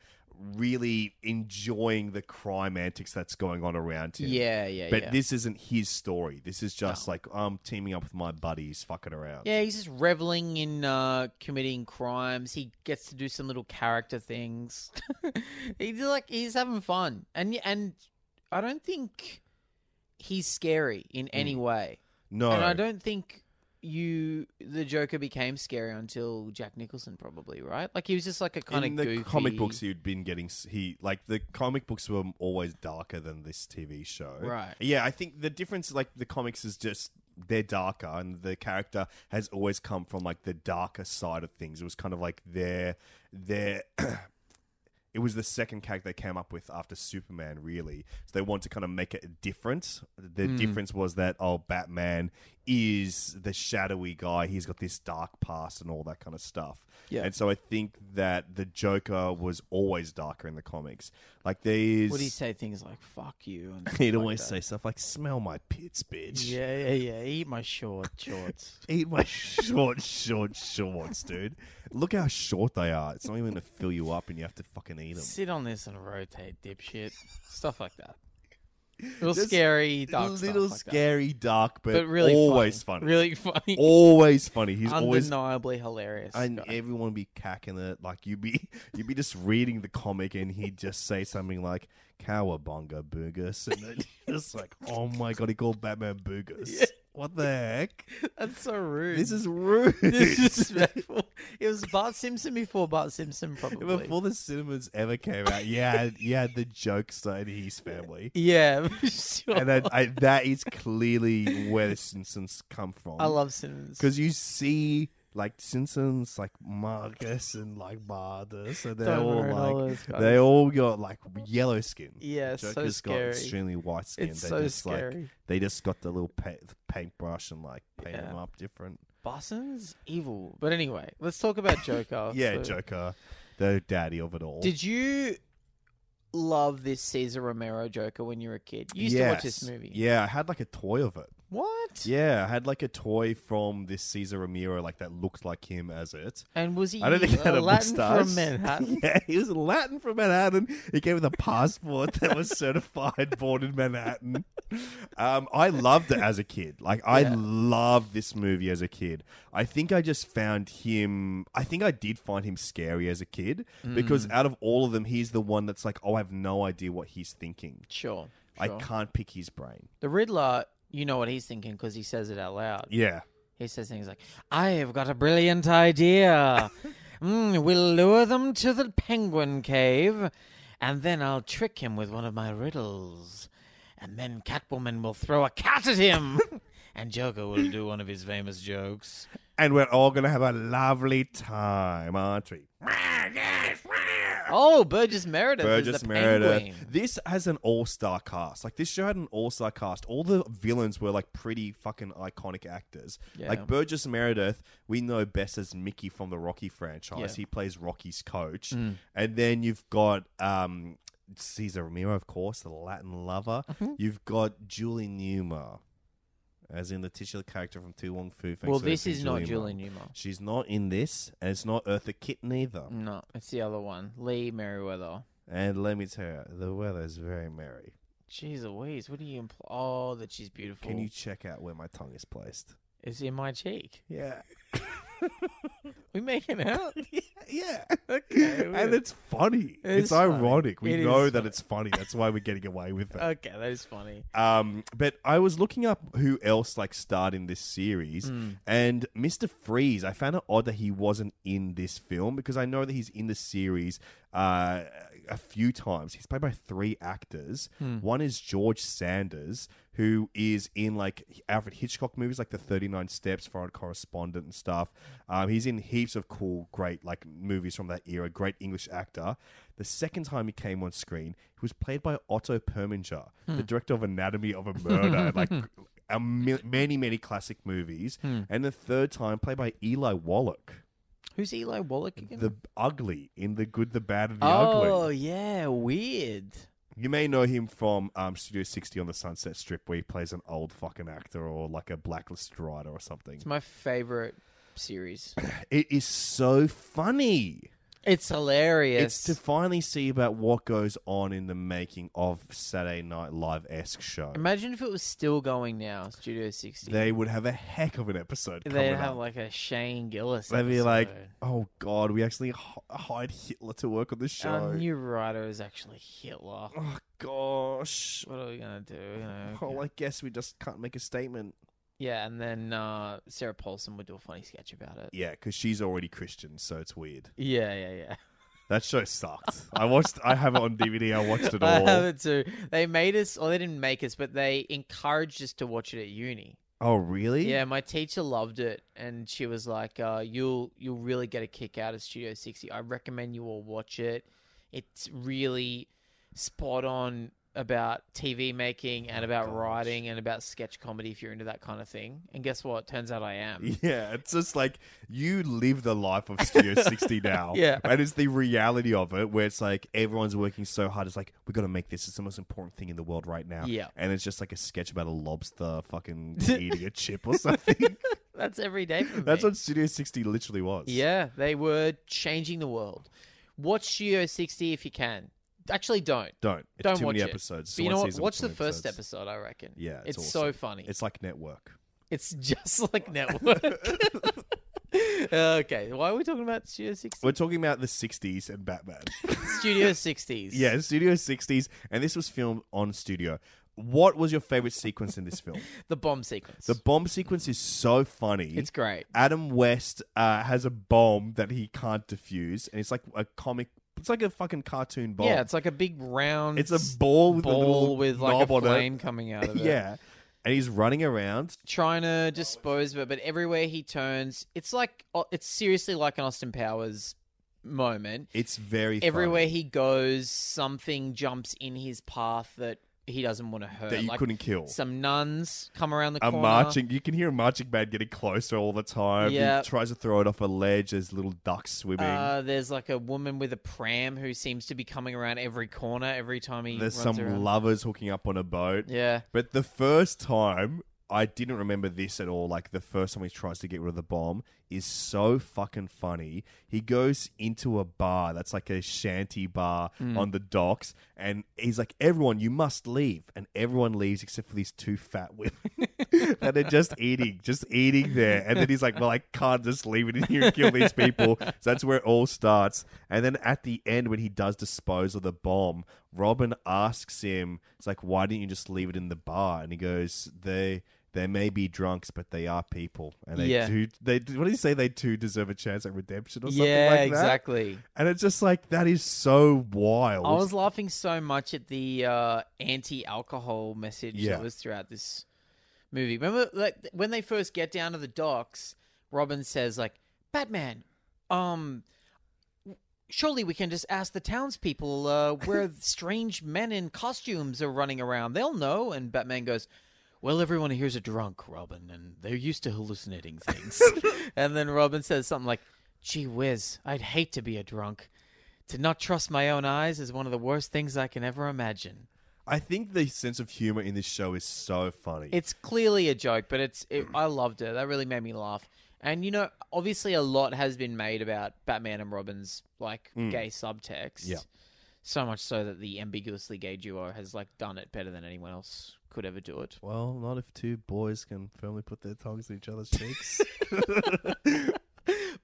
A: really enjoying the crime antics that's going on around him.
B: Yeah, yeah,
A: But
B: yeah.
A: this isn't his story. This is just like I'm teaming up with my buddies, fucking around.
B: Yeah, he's just reveling in uh, committing crimes. He gets to do some little character things. <laughs> he's like he's having fun, and and I don't think he's scary in any way.
A: Hmm. No,
B: And I don't think you the Joker became scary until Jack Nicholson, probably right? Like he was just like a kind
A: in
B: of
A: the
B: goofy...
A: comic books he'd been getting s- he like the comic books were always darker than this TV show.
B: Right.
A: Yeah, I think the difference like the comics is just they're darker and the character has always come from like the darker side of things. It was kind of like their their It was the second character they came up with after Superman, really. So they wanted to kind of make it different. The
B: Hmm.
A: difference was that oh, Batman is the shadowy guy. He's got this dark past and all that kind of stuff.
B: Yeah.
A: And so I think that the Joker was always darker in the comics. Like there's.
B: Would he say things like "fuck you"?
A: <laughs>
B: And stuff
A: He'd
B: like
A: always
B: that?
A: say stuff like "smell my pits, bitch."
B: "Yeah, yeah, yeah, eat my short shorts."
A: Eat my short, short shorts, dude. Look how short they are. It's not even going to fill you up, and you have to fucking eat them.
B: Sit on this and rotate, dipshit. Stuff like
A: <laughs>
B: that. Little
A: Just
B: scary, dark
A: little
B: stuff like that.
A: scary, dark, but,
B: but really
A: always
B: funny.
A: funny.
B: Really funny.
A: always funny. He's always
B: Undeniably hilarious.
A: and
B: guy.
A: everyone be cacking it. Like you'd be <laughs> you'd be just reading the comic, and he'd just say something like "Cowabunga Boogus," and then <laughs> you're just like, "Oh my god, he called Batman Boogus." What the heck?
B: <laughs> That's so
A: <laughs>
B: rude. <laughs>
A: This is rude.
B: disrespectful. it was Bart Simpson before
A: <laughs>
B: Bart Simpson, probably.
A: Before the cinemas ever came out, yeah, yeah, the jokester and his family,
B: yeah, <laughs> for sure.
A: and then I, that is clearly where the Simpsons come from.
B: I love Simpsons.
A: because you see like Simpsons, like Marcus and like Bardas, and they're
B: Homer and all
A: all
B: those
A: like
B: guys.
A: they all got like yellow skin.
B: Yeah, so
A: Joker's
B: scary.
A: got extremely white skin.
B: It's
A: they
B: so
A: just like
B: scary.
A: they just got the little pa- paintbrush and like paint them
B: Yeah.
A: up different.
B: Boston's evil. But anyway, let's talk about
A: <laughs>
B: Joker.
A: yeah,
B: for-
A: Joker, the daddy of it all.
B: Did you love this Caesar Romero Joker when you were a kid? You used to watch this
A: Yes.
B: movie.
A: Yeah, I had like a toy of it.
B: What?
A: Yeah, I had like a toy from this Caesar Ramiro, like that looked like him as it.
B: And was he
A: I don't think he had a
B: a Latin
A: mustache. <laughs>
B: from Manhattan?
A: Yeah, he was Latin from Manhattan. He came with a passport that was certified born in Manhattan. Um, I loved it as a kid. Like I
B: Yeah.
A: loved this movie as a kid. I think I just found him. I think I did find him scary as a kid
B: Mm.
A: because out of all of them, he's the one that's like, oh, I have no idea what he's thinking.
B: Sure.
A: I
B: sure.
A: can't pick his brain.
B: The Riddler, you know what he's thinking because he says it out loud.
A: Yeah.
B: He says things like, I have got a brilliant
A: <laughs>
B: idea. Mm, we'll lure them to the penguin cave, and then I'll trick him with one of my riddles. And then Catwoman will throw a cat at
A: <laughs>
B: him, and Joker will do one of his famous jokes.
A: And we're all going to have a lovely time, aren't
B: <laughs>
A: we?
B: Oh, Burgess Meredith is
A: Burgess
B: the
A: Meredith.
B: penguin.
A: This has an all star cast. Like this show had an all star cast. All the villains were like pretty fucking iconic actors.
B: Yeah.
A: Like Burgess Meredith, we know best as Mickey from the Rocky franchise.
B: Yeah. Mm.
A: He plays Rocky's coach. And then you've got um Cesar Romero, of course, the Latin lover.
B: Mm-hmm.
A: You've got Julie Newmar. As in the titular character from Tu Wong Fu. Feng
B: Well,
A: Shui
B: this
A: Fing
B: is not
A: Newmar.
B: Julie Newmar.
A: She's not in this, and it's not Eartha Kitt neither.
B: No, it's the other one, Lee Merriweather.
A: And let me tell you, the weather is very merry.
B: Jeez Louise, what do you imply? Oh, that she's beautiful.
A: Can you check out where my tongue is placed?
B: It's in my cheek.
A: Yeah.
B: We making out?
A: <laughs>
B: <laughs>
A: Yeah.
B: weird.
A: <laughs> and it's funny.
B: It's
A: It's,
B: funny.
A: ironic. We
B: It is
A: know that
B: funny.
A: it's funny. That's why we're getting away with it.
B: <laughs> okay, that is funny.
A: Um, but I was looking up who else like starred in this series,
B: Hmm.
A: and Mister Freeze. I found it odd that he wasn't in this film because I know that he's in the series uh, a few times. He's played by three actors.
B: Hmm.
A: One is George Sanders, who is in like Alfred Hitchcock movies, like The Thirty Nine Steps, Foreign Correspondent, and stuff. Um, he's in heaps of cool, great like movies from that era. Great English actor. The second time he came on screen, he was played by Otto Perminger, the director of Anatomy of a Murder, like a mi- many, many classic movies. And the third time, played by Eli Wallach,
B: Who's Eli Wallach again?
A: the ugly in The Good, the Bad, and the
B: oh
A: Ugly.
B: yeah, weird.
A: You may know him from um, Studio 60 on the Sunset Strip, where he plays an old fucking actor or like a blacklisted writer or something.
B: It's my favorite series.
A: It is so funny.
B: It's
A: It's
B: hilarious.
A: to finally see about what goes on in the making of Saturday Night Live esque show.
B: Imagine if it was still going now, Studio 60. They,
A: they would have a heck of an episode.
B: would
A: coming
B: have
A: up.
B: like a Shane Gillis.
A: They'd be like,
B: episode.
A: "Oh God, we actually hi- hired Hitler to work on the show."
B: our new writer is actually Hitler.
A: oh gosh.
B: What are we gonna do? You know,
A: Oh, I guess we just can't make a statement.
B: yeah, and then uh, Sarah Paulson would do a funny sketch about it.
A: Yeah, because she's already Christian, so it's weird.
B: Yeah, yeah, yeah. <laughs>
A: That show sucked. I watched. I have it on DVD. I watched it
B: <laughs> I
A: all.
B: have it too. They made us, or they didn't make us, but they encouraged us to watch it at uni.
A: Oh really?
B: Yeah, my teacher loved it, and she was like, uh, "You'll you'll really get a kick out of Studio 60. I recommend you all watch it. It's really spot on about TV
A: Oh
B: making and about writing and about sketch comedy if you're into that kind of thing. And guess what? Turns out
A: <laughs>
B: I am.
A: Yeah, it's just like you live the life of
B: <laughs>
A: Studio 60 now.
B: Yeah.
A: And it's the reality of it where it's like everyone's working so hard. It's like, we got to make this. It's the most important thing in the world right now.
B: Yeah.
A: And it's just like a sketch about a lobster
B: <laughs>
A: fucking eating a chip or something.
B: That's every day for me.
A: That's what Studio 60 literally was.
B: Yeah, they were changing the world. Watch Studio 60 if you can. Actually, don't.
A: Don't. It's
B: Don't
A: too
B: watch
A: many
B: it.
A: episodes.
B: But you
A: One
B: know what?
A: season,
B: Watch
A: too
B: the
A: many
B: first
A: episodes.
B: episode, I reckon.
A: Yeah,
B: It's,
A: it's
B: so
A: awesome.
B: funny. It's,
A: It's like network.
B: just <laughs> like Network. okay, why are we talking about Studio 60?
A: We're talking about the 60s and Batman. <laughs>
B: Studio 60s.
A: yeah, Studio 60s. And this was filmed on studio. What was your favorite sequence in this
B: <laughs>
A: film?
B: The bomb sequence.
A: The bomb sequence is so funny.
B: it's great.
A: Adam West uh, has a bomb that he can't defuse, and it's like a comic. It's like a fucking cartoon bomb.
B: Yeah, it's like a big round
A: It's a ball with a
B: ball
A: little
B: with like
A: knob
B: a
A: on it.
B: flame coming out of
A: <laughs>
B: it.
A: yeah, and he's running around.
B: trying to dispose of it, but everywhere he turns, it's like oh, it's seriously like an Austin Powers moment.
A: It's very
B: Everywhere
A: funny
B: he goes, something jumps in his path that he doesn't want to hurt.
A: that you
B: Like,
A: couldn't kill.
B: Some nuns come around the
A: a
B: corner.
A: marching, you can hear a marching band getting closer all the time.
B: Yeah.
A: He tries to throw it off a ledge. There's little ducks swimming.
B: Uh, there's like a woman with a pram who seems to be coming around every corner every time he.
A: There's
B: runs
A: some
B: around.
A: lovers hooking up on a boat.
B: Yeah.
A: But the first time, I didn't remember this at all. Like the first time he tries to get rid of the bomb is so fucking funny. He goes into a bar that's like a shanty bar on the docks, and he's like, "Everyone, you must leave," and everyone leaves except for these two fat women, <laughs> and they're just eating, just eating there. And then he's like, "Well, I can't just leave it in here and kill these people." So that's where it all starts. And then at the end, when he does dispose of the bomb, Robin asks him, "It's like, why didn't you just leave it in the bar?" And he goes, "They." They may be drunks, but they are people, and they
B: Yeah.
A: do. They what do you say? They too deserve a chance at redemption, or something
B: yeah,
A: like that.
B: exactly.
A: And it's just like that is so wild.
B: I was laughing so much at the uh, anti-alcohol message
A: Yeah.
B: that was throughout this movie. Remember, like th- when they first get down to the docks, Robin says, "Like Batman, um, w- surely we can just ask the townspeople uh, where strange men in costumes are running around. They'll know." And Batman goes. Well, everyone here's a drunk, Robin, and they're used to hallucinating things. and then Robin says something like, Gee whiz, I'd hate to be a drunk. To not trust my own eyes is one of the worst things I can ever imagine.
A: I think the sense of humor in this show is so funny.
B: It's clearly a joke, but it's it, I loved it. That really made me laugh. And you know, obviously, a lot has been made about Batman and Robin's like gay subtext.
A: Yeah.
B: So much so that the ambiguously gay duo has like done it better than anyone else could ever do it.
A: well, not if two boys can firmly put their tongues in each
B: <laughs>
A: other's cheeks.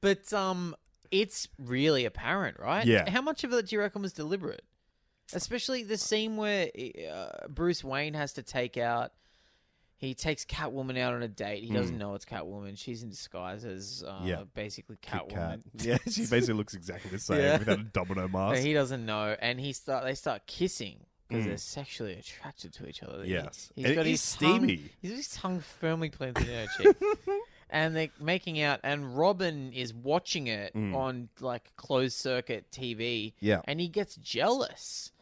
B: But um, it's really apparent, right?
A: Yeah.
B: How much of it do you reckon was deliberate? Especially the scene where uh, Bruce Wayne has to take out. He takes Catwoman out on a date. He doesn't know it's Catwoman. She's in disguise as uh,
A: Mm. Yeah.
B: basically
A: Kit Kat.
B: Catwoman. <laughs>
A: Yeah, she basically looks exactly the same
B: Yeah.
A: without a domino
B: But
A: mask. Hmm.
B: he doesn't know, and he start they start kissing because they're sexually attracted to each other. He-
A: Yes.
B: he's
A: And
B: got
A: he's
B: his tongue-
A: steamy.
B: he's got his tongue firmly planted in her
A: <laughs>
B: cheek, and they're making out. And Robin is watching it on like closed circuit TV.
A: Hmm. Yeah.
B: and he gets jealous.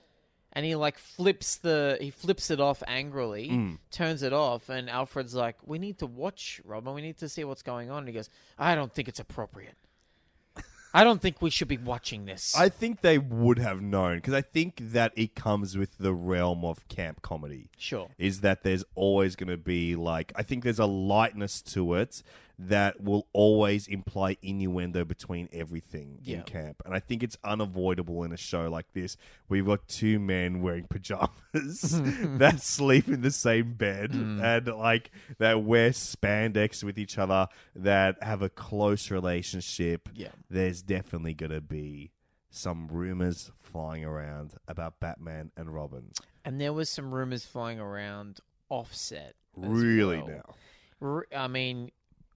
B: And he like flips the he flips it off angrily,
A: Hmm.
B: turns it off, and Alfred's like, "We need to watch Robin. We need to see what's going on." And he goes, "I don't think it's appropriate. I don't think we should be watching this."
A: I think they would have known because I think that it comes with the realm of camp comedy.
B: Sure.
A: Is that there's always going to be like, I think there's a lightness to it that will always imply innuendo between everything
B: Yeah.
A: in camp. And I think it's unavoidable in a show like this where you've got two men wearing <laughs>
B: <laughs>
A: pajamas that sleep in the same bed
B: Mm.
A: and like that wear spandex with each other that have a close relationship.
B: Yeah.
A: There's definitely going to be some rumors flying around about Batman and Robin.
B: And there was some rumors flying around offset. as
A: Really
B: well.
A: now.
B: R- I mean,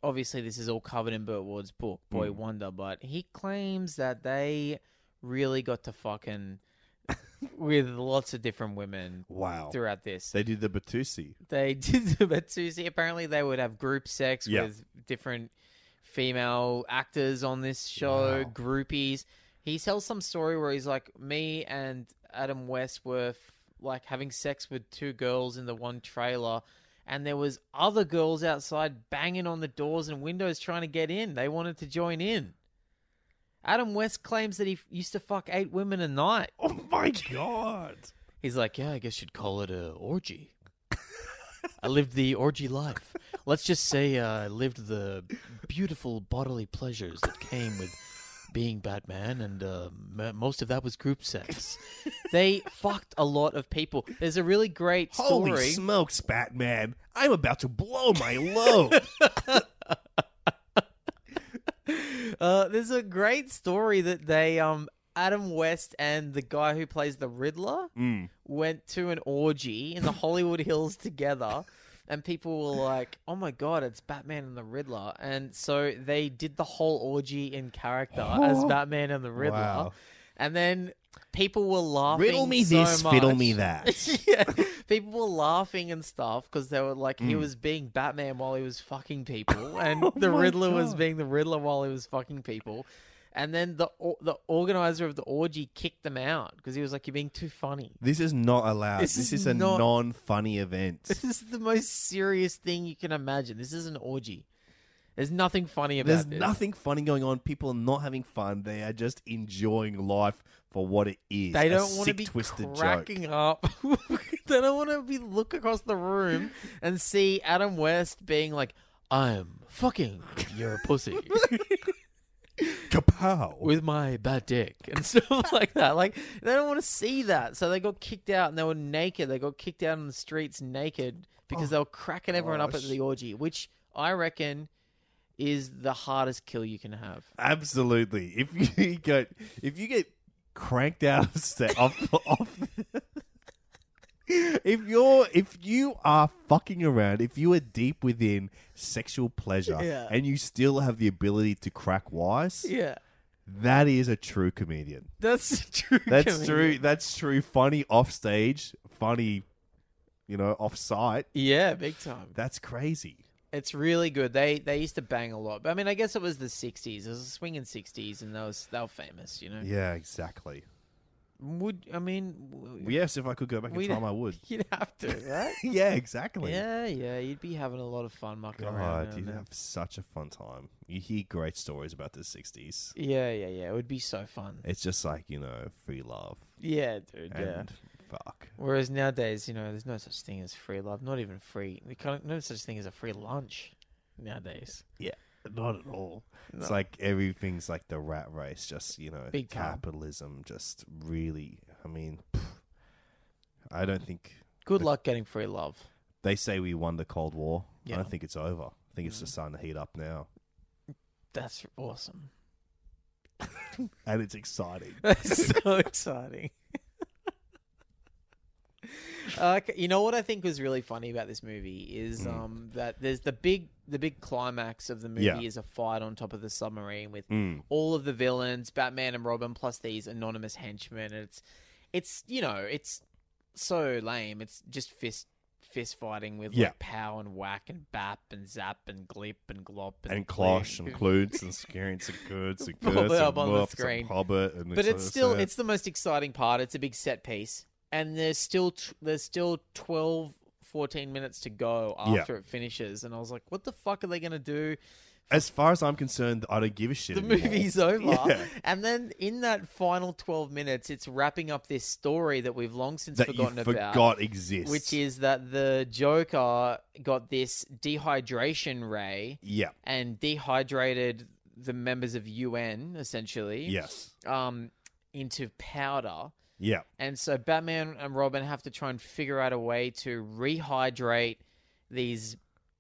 B: obviously this is all covered in Burt Ward's book, Boy
A: Hmm.
B: Wonder, but he claims that they really got
A: <laughs>
B: to fucking with lots of different women
A: Wow.
B: throughout this.
A: They did the Batusi.
B: They <laughs> did the Batsusi. Apparently, they would have group sex
A: Yeah.
B: with different female actors on this show,
A: Wow.
B: groupies. He tells some story where he's like, me and Adam West were f- like having sex with two girls in the one trailer, and there was other girls outside banging on the doors and windows trying to get in. They wanted to join in. Adam West claims that he f- used to fuck eight women a night.
A: Oh <laughs> my god!
B: He's like, yeah, I guess you'd call it a orgy. I lived the orgy life. Let's just say uh, I lived the beautiful bodily pleasures that came with being Batman, and uh, m- most of that was group sex. they fucked a lot of people. There's a really great story.
A: Holy smokes, Batman! I'm about to blow <laughs> my load.
B: <laughs> Uh, there's a great story that they um Adam West and the guy who plays the Riddler went to an orgy in the Hollywood Hills together. And people were like, "Oh my god, it's Batman and the Riddler!" And so they did the whole orgy in character as Batman and the Riddler.
A: Wow.
B: And then people were laughing.
A: Riddle me
B: so
A: this, fiddle me
B: much
A: that. <laughs>
B: <laughs> yeah, people were laughing and stuff because they were like, he was being Batman while he was
A: <laughs>
B: fucking people, and the
A: Mm. Oh my
B: Riddler was
A: God.
B: being the Riddler while he was fucking people. And then the or- the organizer of the orgy kicked them out because he was like, "You're being too funny." <laughs>
A: This is not allowed.
B: This
A: This,
B: is
A: is, a
B: not-
A: non-funny <laughs> event.
B: This is the most serious thing you can imagine. This is an orgy. There's nothing funny about
A: There's
B: this.
A: nothing funny going on. People are not having fun. They are just enjoying life for what it is.
B: They
A: A
B: don't want to
A: sick,
B: be
A: twisted joke.
B: cracking up. <laughs> they don't want to be look across the room and see Adam West being like, "I'm fucking your
A: <laughs>
B: pussy."
A: Kapow!
B: with my bad dick <laughs> and stuff like that. Like they don't want to see that, so they got kicked out and they were naked. They got kicked out on the streets naked because they were cracking everyone up at
A: gosh.
B: the orgy, which I reckon is the hardest kill you can have.
A: Absolutely. If you <laughs> get if you get cranked out of set off, <laughs> off if you're if you are fucking around, if you are deep within sexual pleasure
B: Yeah.
A: and you still have the ability to crack wise,
B: Yeah,
A: that is a true
B: <laughs>
A: comedian.
B: that's true.
A: That's true. That's true. Funny off stage, funny, you know, off site.
B: Yeah, big time.
A: That's crazy.
B: It's really good. They they used to bang a lot, but I mean, I guess it was the '60s. It was the swinging '60s, and they was they were famous. You know,
A: Yeah, exactly.
B: would I mean? w-
A: Yes, if I could go back in
B: We'd-
A: time, I would.
B: <laughs> You'd have to, right?
A: <laughs> Yeah, exactly.
B: Yeah, yeah, you'd be having a lot of fun mucking around. now
A: God,
B: and
A: you'd
B: then.
A: have such a fun time. You hear great stories about the 60s.
B: Yeah, yeah, yeah. It would be so fun.
A: It's just like, you know, free love.
B: Yeah, dude.
A: And
B: yeah.
A: fuck.
B: Whereas nowadays, you know, there's no such thing as free love. Not even free. We can't, no such thing as a free lunch nowadays.
A: Yeah. Not at all. It's like everything's like the rat race, just, you know,
B: Big time.
A: capitalism, just really. I mean, pff, I don't think.
B: Good luck getting free love.
A: They say we won the Cold War.
B: Yeah. Mm.
A: I don't think it's over. I think it's just starting to heat up now.
B: That's awesome.
A: And it's <laughs>
B: <laughs>
A: exciting.
B: That's so exciting. Uh, c- you know what I think was really funny about this movie is um, that there's the big the big climax of the movie
A: Yeah.
B: is a fight on top of the submarine with
A: Mm.
B: all of the villains, Batman and Robin, plus these anonymous henchmen. And it's it's you know it's so lame. It's just fist fist fighting with
A: Yeah.
B: like pow and whack and bap and zap and glip and glop and,
A: And
B: Clink.
A: Closh and Cludes and Scarence and Goods and
B: <laughs> Pull
A: Curse and
B: it up on the
A: Muffs and
B: screen.
A: Hobbit. And
B: but
A: so-
B: it's still
A: so-
B: it's the most exciting part it's a big set piece and there's still t- there's still 12 14 minutes to go
A: Yeah.
B: after it finishes and i was like what the fuck are they going to do
A: As far as I'm concerned, I don't give a shit.
B: the
A: anymore.
B: movie's <laughs> over
A: Yeah.
B: and then in that final 12 minutes it's wrapping up this story that we've long since
A: that
B: forgotten
A: you
B: about
A: forgot exists.
B: which is that the joker got this dehydration ray
A: yeah,
B: and dehydrated the members of un essentially
A: yes,
B: um into powder
A: yeah,
B: And so Batman and Robin have to try and figure out a way to rehydrate these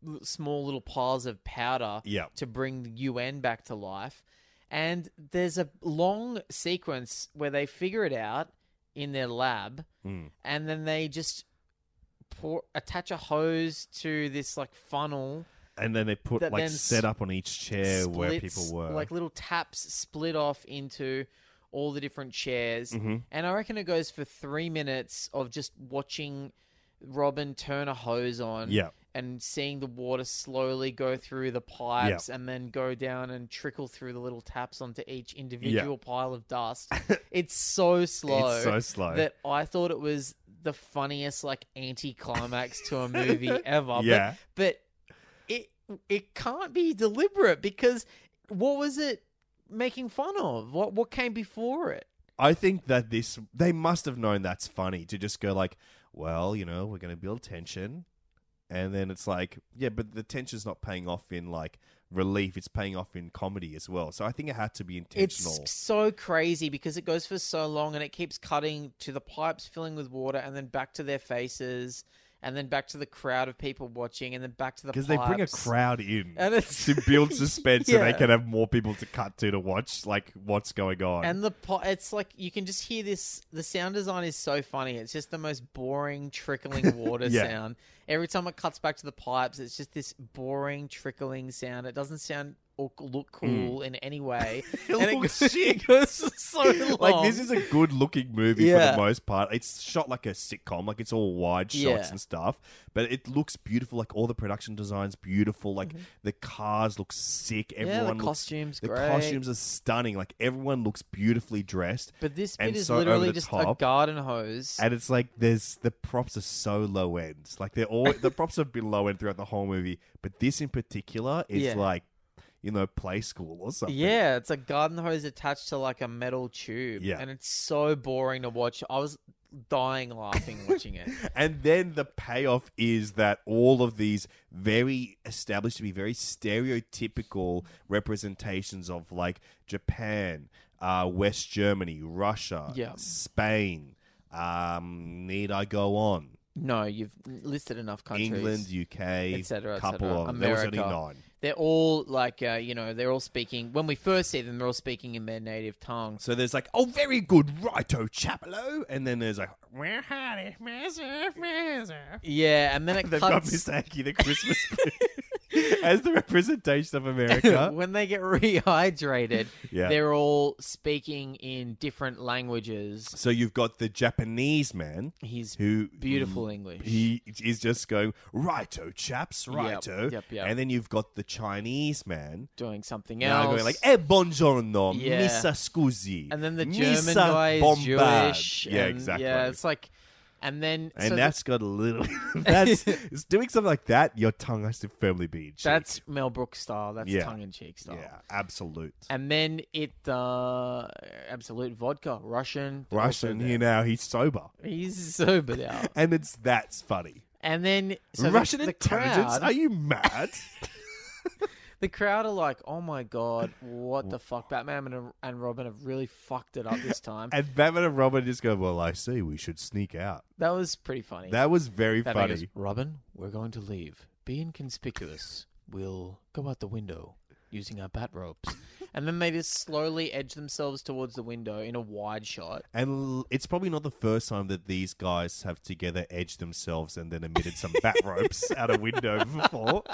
B: l- small little piles of powder
A: Yeah.
B: to bring the UN back to life. And there's a long sequence where they figure it out in their lab
A: Mm.
B: and then they just pour attach a hose to this like funnel
A: and then they put
B: That
A: like
B: then
A: set up on each chair where people
B: splits,
A: were.
B: like little taps split off into
A: Mm-hmm.
B: all the different chairs and i reckon it goes for three minutes of just watching Robin turn a hose on.
A: Yeah.
B: And seeing the water slowly go through the pipes and then go down and trickle through the little taps onto each individual pile of dust.
A: <laughs>
B: it's so slow.
A: so slow.
B: That I thought it was the funniest like anticlimax to
A: <laughs>
B: a movie ever.
A: Yeah.
B: But, but it it can't be deliberate because what was it making fun of? What what came before it?
A: I think that this they must have known that's funny to just go like, well, you know, we're going to build tension, and then it's like, yeah, but the tension's not paying off in like relief; it's paying off in comedy as well. So I think it had to be intentional.
B: It's so crazy because it goes for so long and it keeps cutting to the pipes filling with water and then back to their faces and then back to the crowd of people watching and then back to the
A: because they bring a
B: pipes.
A: crowd in
B: And it's-
A: to
B: <laughs>
A: build suspense, so they
B: Yeah.
A: can have more people to cut to to watch like what's going on. <laughs>
B: And the po- it's like you can just hear this. The sound design is so funny. It's just the most boring
A: <laughs>
B: trickling water
A: Yeah.
B: sound. Every time it cuts back to the pipes, it's just this boring trickling sound. It doesn't sound or look cool in any way.
A: Hmm. <laughs> It
B: and
A: looks
B: goes- <laughs>
A: shit.
B: it goes so long.
A: <laughs> like this is a good looking movie for
B: Yeah.
A: the most part. It's shot like a sitcom, like it's all wide shots
B: Yeah.
A: and stuff, but it looks beautiful. Like all the production designs beautiful. Like the cars look sick.
B: Mm-hmm. the
A: Everyone looks,
B: costumes
A: The
B: great.
A: costumes are stunning. Like everyone looks beautifully dressed.
B: But this
A: and
B: bit is
A: so over
B: literally
A: the
B: just a
A: top.
B: garden hose.
A: <laughs> and it's like there's the props are so low end. Like they're all
B: <laughs>
A: the props have been low end throughout the whole movie, but this in particular is
B: Yeah.
A: like you know play school or something.
B: Yeah, it's a garden hose attached to like a metal tube.
A: Yeah.
B: And it's so boring to watch. I was dying laughing
A: <laughs>
B: watching it.
A: And then the payoff is that all of these very established to be very stereotypical representations of like Japan, uh, West Germany, Russia,
B: Yeah.
A: Spain. Um, need I go on?
B: No, you've listed enough countries.
A: England, UK,
B: Et cetera, et
A: couple
B: cetera.
A: of them. There was only
B: America.
A: nine.
B: They're all like, uh, you know, they're all speaking. When we first see them, they're all speaking in their native tongue.
A: So there's like, oh, very good, righto, chapello, and then there's like, we're howdy, massive, massive.
B: Yeah, and then
A: <laughs>
B: it
A: They've got
B: cuts. <laughs>
A: Miss Aggie, the Christmas <laughs> as the representation of
B: <laughs>
A: America.
B: when they get rehydrated,
A: Yeah.
B: they're all speaking in different languages.
A: So you've got the Japanese man
B: He's
A: who
B: beautiful English.
A: He is just going righto, chaps, righto,
B: yep, yep.
A: and then you've got the Chinese man
B: doing something
A: now
B: else.
A: going like, "Eh, buongiorno,
B: Yeah.
A: misa scusi,"
B: and then the
A: "Misa
B: German guy is
A: bombard."
B: Jewish.
A: Yeah,
B: and,
A: exactly.
B: Yeah, it's like, and then
A: and
B: so
A: that's got a little. <laughs>
B: <laughs>
A: that's it's doing something like that. Your tongue has to firmly be. In cheek.
B: that's Mel Brooks style. That's
A: Yeah.
B: tongue in cheek style.
A: yeah, absolute.
B: And then it, uh, absolute vodka, Russian, they're also
A: Russian
B: there.
A: here now. He's sober,
B: He's sober now.
A: and it's that's funny.
B: And then so
A: Russian
B: the, the
A: intelligence?
B: crowd,
A: Are you mad? <laughs>
B: the crowd are like, "Oh my god, what the fuck? Batman and, and Robin have really fucked it up
A: <laughs>
B: this time."
A: and Batman and Robin just go, "Well, I see. We should sneak out."
B: that was pretty funny.
A: That was very
B: Batman
A: funny.
B: goes, Robin, we're going to leave. Be inconspicuous. We'll go out the window using our bat ropes. and then they just slowly edge themselves towards the window in a wide shot.
A: And l- it's probably not the first time that these guys have together edged themselves and then emitted some bat <laughs> ropes out a window before.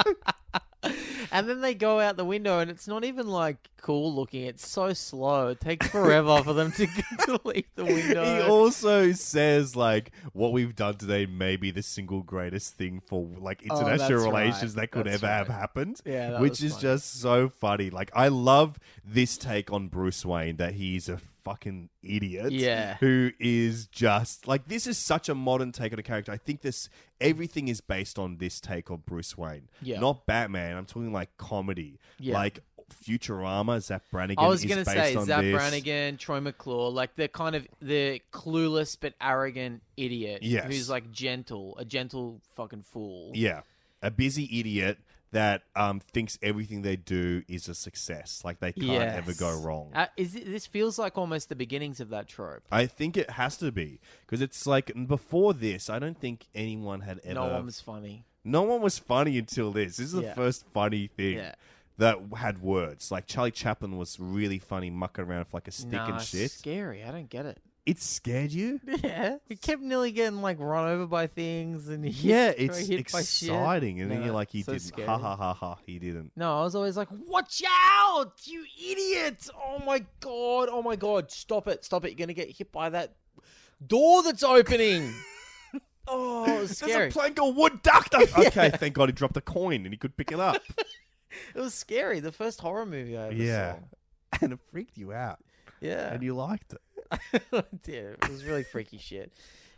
B: And then they go out the window, and it's not even like cool looking. It's so slow. It takes forever for them to to <laughs> leave the
A: He
B: window.
A: also says like what we've done today may be the single greatest thing for like
B: Oh,
A: international
B: that's right.
A: relations that could
B: That's
A: ever have
B: right.
A: happened.
B: Yeah, that
A: which
B: was
A: is
B: funny.
A: just so funny. Like I love this take on Bruce Wayne that he's a fucking idiot.
B: Yeah.
A: Who is just like this is such a modern take on a character. I think this everything is based on this take on Bruce Wayne.
B: Yeah.
A: Not Batman. I'm talking like comedy.
B: Yeah.
A: Like Futurama, Zach Brannigan.
B: I was
A: is
B: gonna
A: based
B: say
A: on
B: Zap
A: this.
B: Brannigan, Troy McClure, like the kind of the clueless but arrogant idiot
A: Yes.
B: who's like gentle, a gentle fucking fool.
A: Yeah, a busy idiot that um, thinks everything they do is a success. Like they can't ever go
B: Yes.
A: wrong.
B: Uh, is it, this feels like almost the beginnings of that trope.
A: I think it has to be because it's like before this, I don't think anyone had ever.
B: No one was funny.
A: no one was funny until this. This is the
B: Yeah.
A: first funny thing.
B: Yeah.
A: That had words like Charlie Chaplin was really funny, mucking around with like a stick
B: nah,
A: and
B: it's
A: shit.
B: Scary. I don't get it.
A: it scared
B: <laughs>
A: you.
B: Yeah, you kept nearly getting like run over by things and hit- <laughs>
A: Yeah, it's
B: hit by shit.
A: exciting, and then
B: No,
A: you're like, he
B: so
A: didn't.
B: scary.
A: Ha ha ha ha. He didn't.
B: No, I was always like, "Watch out, you idiot! Oh my god! Oh
A: <laughs>
B: my god! Stop it! Stop it! You're gonna get hit by that door that's opening." Oh, it was scary.
A: There's a plank of wood duck. <laughs> Okay, thank God he dropped a coin and he could pick it up.
B: it was scary. The first horror movie I ever
A: yeah.
B: saw.
A: <laughs> And it freaked you out.
B: Yeah.
A: And you liked it.
B: <laughs> yeah, it was really freaky shit.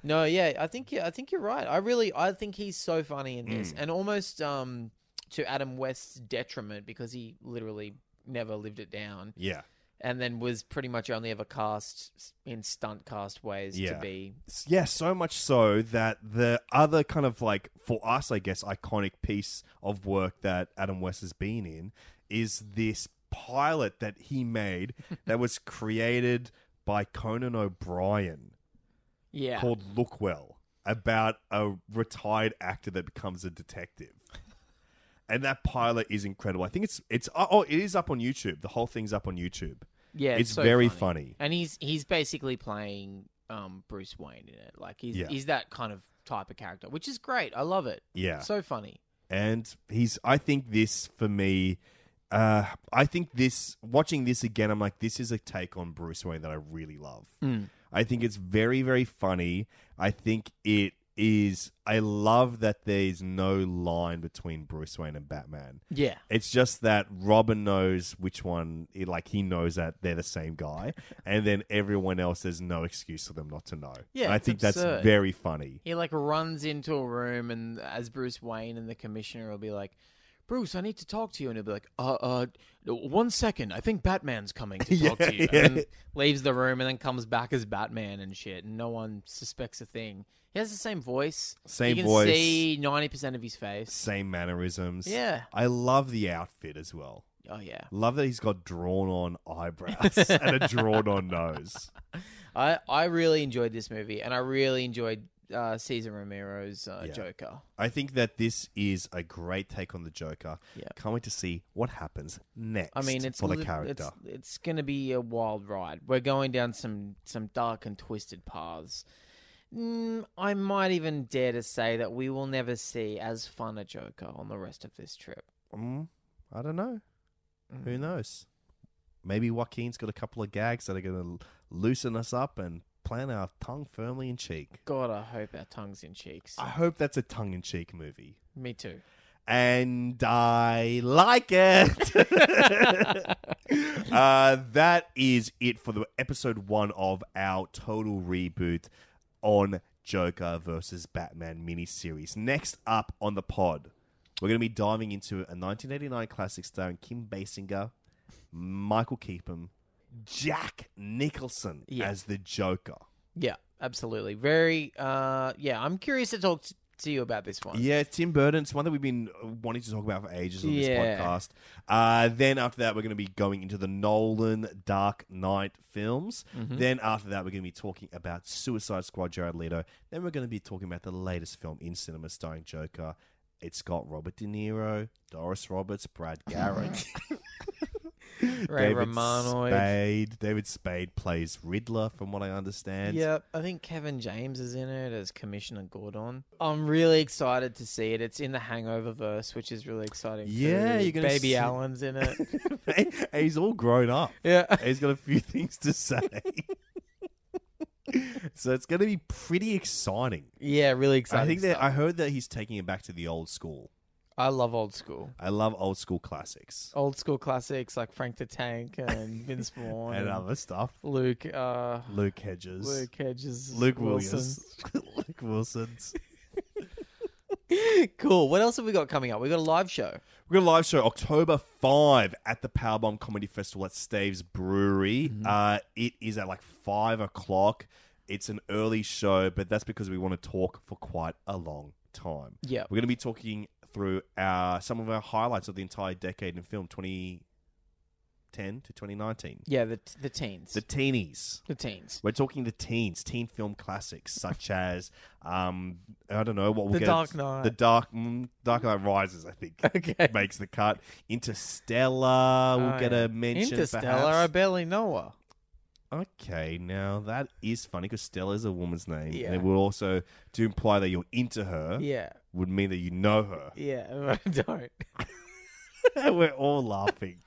B: No, yeah, I think yeah, I think you're right. I really I think he's so funny in
A: Hmm.
B: this, and almost um to Adam West's detriment because he literally never lived it down,
A: Yeah.
B: and then was pretty much only ever cast s- in stunt cast ways to
A: Yeah.
B: be.
A: S- Yeah, so much so that the other kind of like, for us, I guess, iconic piece of work that Adam West has been in is this pilot that he <laughs> made that was created by Conan O'Brien
B: Yeah,
A: called Lookwell about a retired actor that becomes a
B: <laughs>
A: detective. And that pilot is incredible. I think it's it's oh, oh, it is up on YouTube. The whole thing's up on YouTube.
B: yeah,
A: it's
B: so
A: very funny.
B: and he's he's basically playing um Bruce Wayne in it. Like he's
A: Yeah.
B: he's that kind of type of character, which is great. I love it.
A: Yeah.
B: so funny.
A: and he's i think this for me uh, i think this watching this again i'm like this is a take on bruce wayne that i really love
B: Mm.
A: i think it's very very funny i think it is i love that there's no line between bruce wayne and batman
B: Yeah,
A: it's just that Robin knows which one, he- like he knows that they're the same guy, and then everyone else there's no excuse for them not to know.
B: Yeah,
A: And I
B: it's
A: think
B: absurd.
A: that's very funny.
B: He like runs into a room and as Bruce Wayne and the commissioner will be like, Bruce, I need to talk to you. And he'll be like, uh, uh, one second. I think Batman's coming
A: <laughs>
B: to talk to you.
A: yeah.
B: And then leaves the room and then comes back as Batman and shit. And no one suspects a thing. He has the same voice.
A: Same
B: you can
A: voice.
B: see 90% of his face.
A: Same mannerisms.
B: Yeah.
A: I love the outfit as well.
B: Oh, yeah.
A: Love that he's got drawn on
B: <laughs>
A: eyebrows and a drawn on nose.
B: I, I really enjoyed this movie and I really enjoyed uh, Cesar Romero's uh,
A: Yeah.
B: Joker.
A: I think that this is a great take on the Joker.
B: Yeah.
A: Can't wait to see what happens next.
B: I mean, it's
A: for the
B: lit-
A: character.
B: It's, it's going to be a wild ride. We're going down some some dark and twisted paths. Mm, I might even dare to say that we will never see as fun a Joker on the rest of this trip.
A: Mm, I don't know. Who knows? Maybe Joaquin's got a couple of gags that are going to loosen us up and plant our tongue firmly in cheek.
B: God, I hope our tongues in cheeks.
A: I hope that's a tongue in cheek movie.
B: Me too.
A: and I like it. uh, that is it for the episode one of our total reboot on Joker versus Batman miniseries. Next up on the pod, we're going to be diving into a 1989 classic starring Kim Basinger, Michael Keaton, Jack Nicholson
B: Yeah.
A: as the Joker.
B: Yeah, absolutely. Very. Uh, yeah, I'm curious to talk t- to you about this one.
A: Yeah, Tim Burton. It's one that we've been uh, wanting to talk about for ages on
B: Yeah.
A: this podcast. Uh, then after that, we're going to be going into the Nolan Dark Knight films.
B: Mm-hmm.
A: Then after that, we're going to be talking about Suicide Squad, Jared Leto. Then we're going to be talking about the latest film in cinema starring Joker. It's got Robert De Niro, Doris Roberts, Brad
B: <laughs>
A: Garrett,
B: Ray
A: David
B: Romanoid.
A: Spade. David Spade plays Riddler, from what I understand.
B: Yeah, I think Kevin James is in it as Commissioner Gordon. I'm really excited to see it. It's in the Hangover verse, which is really exciting. too.
A: Yeah, you're gonna
B: Baby
A: see-
B: Allen's
A: <laughs>
B: in it.
A: And <laughs> he's all grown
B: <laughs>
A: up.
B: yeah,
A: He's got a few <laughs> things to say. so it's going to be pretty exciting.
B: yeah, really
A: I
B: exciting.
A: think that
B: stuff.
A: I heard that he's taking it back to the old school.
B: I love old school,
A: I love old school classics
B: old school classics like Frank the Tank and Vince
A: <laughs>
B: Vaughn
A: and
B: and
A: other stuff.
B: Luke, uh,
A: Luke Hedges,
B: Luke Hedges,
A: Luke
B: Wilson.
A: Williams, <laughs> Luke Wilson's.
B: <laughs> cool. What else have we got coming up? We got a live show.
A: We've got a live show October 5 at the Powerbomb Comedy Festival at Staves Brewery.
B: Mm-hmm.
A: Uh, it is at like 5 o'clock. It's an early show, but that's because we want to talk for quite a long time.
B: Yeah.
A: We're going to be talking through our, some of our highlights of the entire decade in film 2010 to 2019.
B: Yeah, the the teens,
A: The
B: the,
A: teenies.
B: teens,
A: We're talking the teens, teen film classics
B: <laughs>
A: such as, um, I don't know what we'll
B: The
A: get.
B: Dark Knight.
A: The Dark mm, Dark Knight Rises, I think.
B: Okay.
A: makes the cut. Interstellar, we'll
B: Oh,
A: get
B: yeah.
A: a mention.
B: Interstellar. I
A: perhaps.
B: barely know her.
A: Okay, now that is funny because Stella's a woman's name,
B: Yeah.
A: and it would also to imply that you're into her.
B: Yeah,
A: Would mean that you know her.
B: yeah, <laughs> I
A: <laughs>
B: don't.
A: We're all laughing.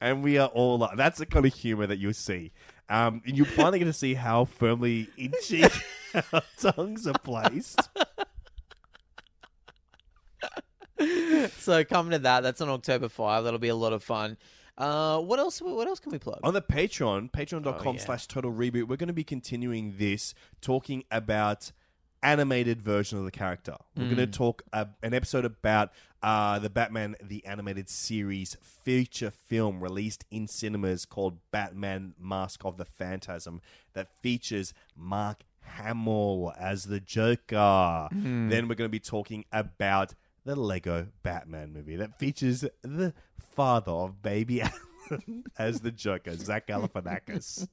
A: and we are all la-
B: <laughs>
A: that's the kind of humor that you'll see. Um, and you're finally going to see how firmly in cheek <laughs> our tongues are placed.
B: so come to that. That's on October 5. That'll be a lot of fun. Uh, what else? What else can we plug?
A: On the Patreon, patreon.com
B: Oh, yeah.
A: slash total reboot, we're going to be continuing this, talking about animated version of the character. We're going to talk uh, an episode about uh, the Batman, the animated series feature film released in cinemas called Batman Mask of the Phantasm that features Mark Hamill as the Joker. Then we're going to be talking about the Lego Batman movie that features the father of Baby <laughs> Allen as the Joker, Zach Galifianakis.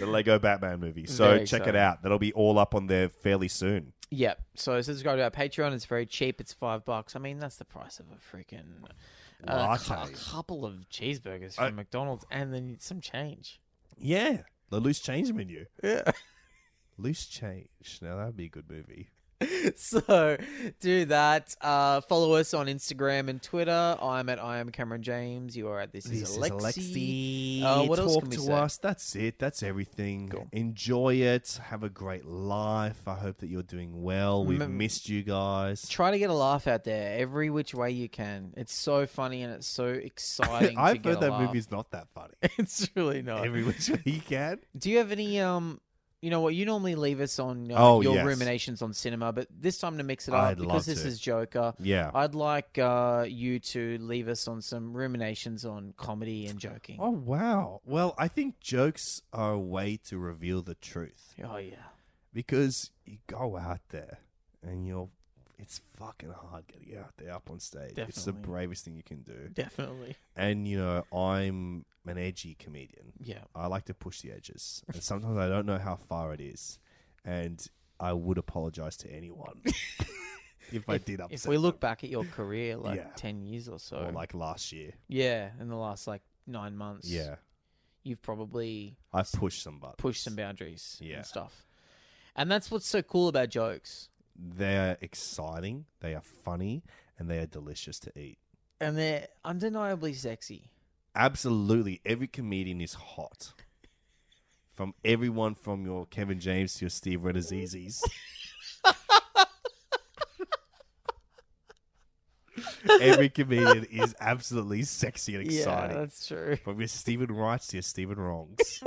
A: the Lego Batman movie. So
B: Very
A: check it
B: exciting.
A: out. That'll be all up on there fairly soon.
B: Yep. So subscribe to our Patreon. It's very cheap. It's five bucks. I mean, that's the price of a freaking uh, cu-
A: Latte.
B: a couple of cheeseburgers from McDonald's, and then some change.
A: Yeah, the loose change menu.
B: Yeah.
A: <laughs> Loose change. Now that'd be a good movie.
B: <laughs> so do that. Uh, follow us on Instagram and Twitter. I'm at I am Cameron James. You are at this, is Alexi. Uh, what
A: Talk
B: else can we
A: to
B: say?
A: us. That's it. That's everything. Enjoy it. Have a great life. I hope that you're doing well. We've
B: Mm.
A: missed you guys.
B: <laughs> Try to get a laugh out there every which way you can. It's so funny and it's <laughs> so exciting. to
A: I've
B: get
A: heard
B: a
A: that
B: laugh.
A: movie's not that
B: <laughs>
A: funny.
B: It's really not.
A: Every which way you can.
B: Do you have any um? You know what? You normally leave us on uh,
A: Oh,
B: your
A: yes.
B: ruminations on cinema, but this time to mix it up
A: I'd love
B: because this
A: to.
B: is Joker.
A: Yeah.
B: I'd like uh, you to leave us on some ruminations on comedy and joking.
A: Oh wow. Well, I think jokes are a way to reveal the truth
B: Oh, yeah.
A: because you go out there and you're it's fucking hard getting out there up on stage. It's the
B: Definitely.
A: bravest thing you can do.
B: Definitely.
A: And you know, I'm an edgy comedian.
B: Yeah.
A: I like to push the edges, and sometimes I don't know how far it is, and I would apologize to
B: <laughs>
A: anyone if I did upset
B: If we look
A: them.
B: back at
A: <laughs>
B: your career, like
A: Yeah.
B: 10 years or so.
A: or like last year.
B: yeah, in the last like nine months.
A: Yeah,
B: You've probably
A: I've pushed some buttons.
B: pushed some boundaries
A: Yeah.
B: and stuff. And that's what's so cool about jokes.
A: They're exciting. They are funny, and they are delicious to eat.
B: And they're undeniably sexy.
A: Absolutely, every comedian is hot. From everyone from your Kevin James to your Steve Renazzisi's. every comedian is absolutely sexy and exciting.
B: Yeah, that's true.
A: From your Stephen Wrights to your Stephen Wrongs.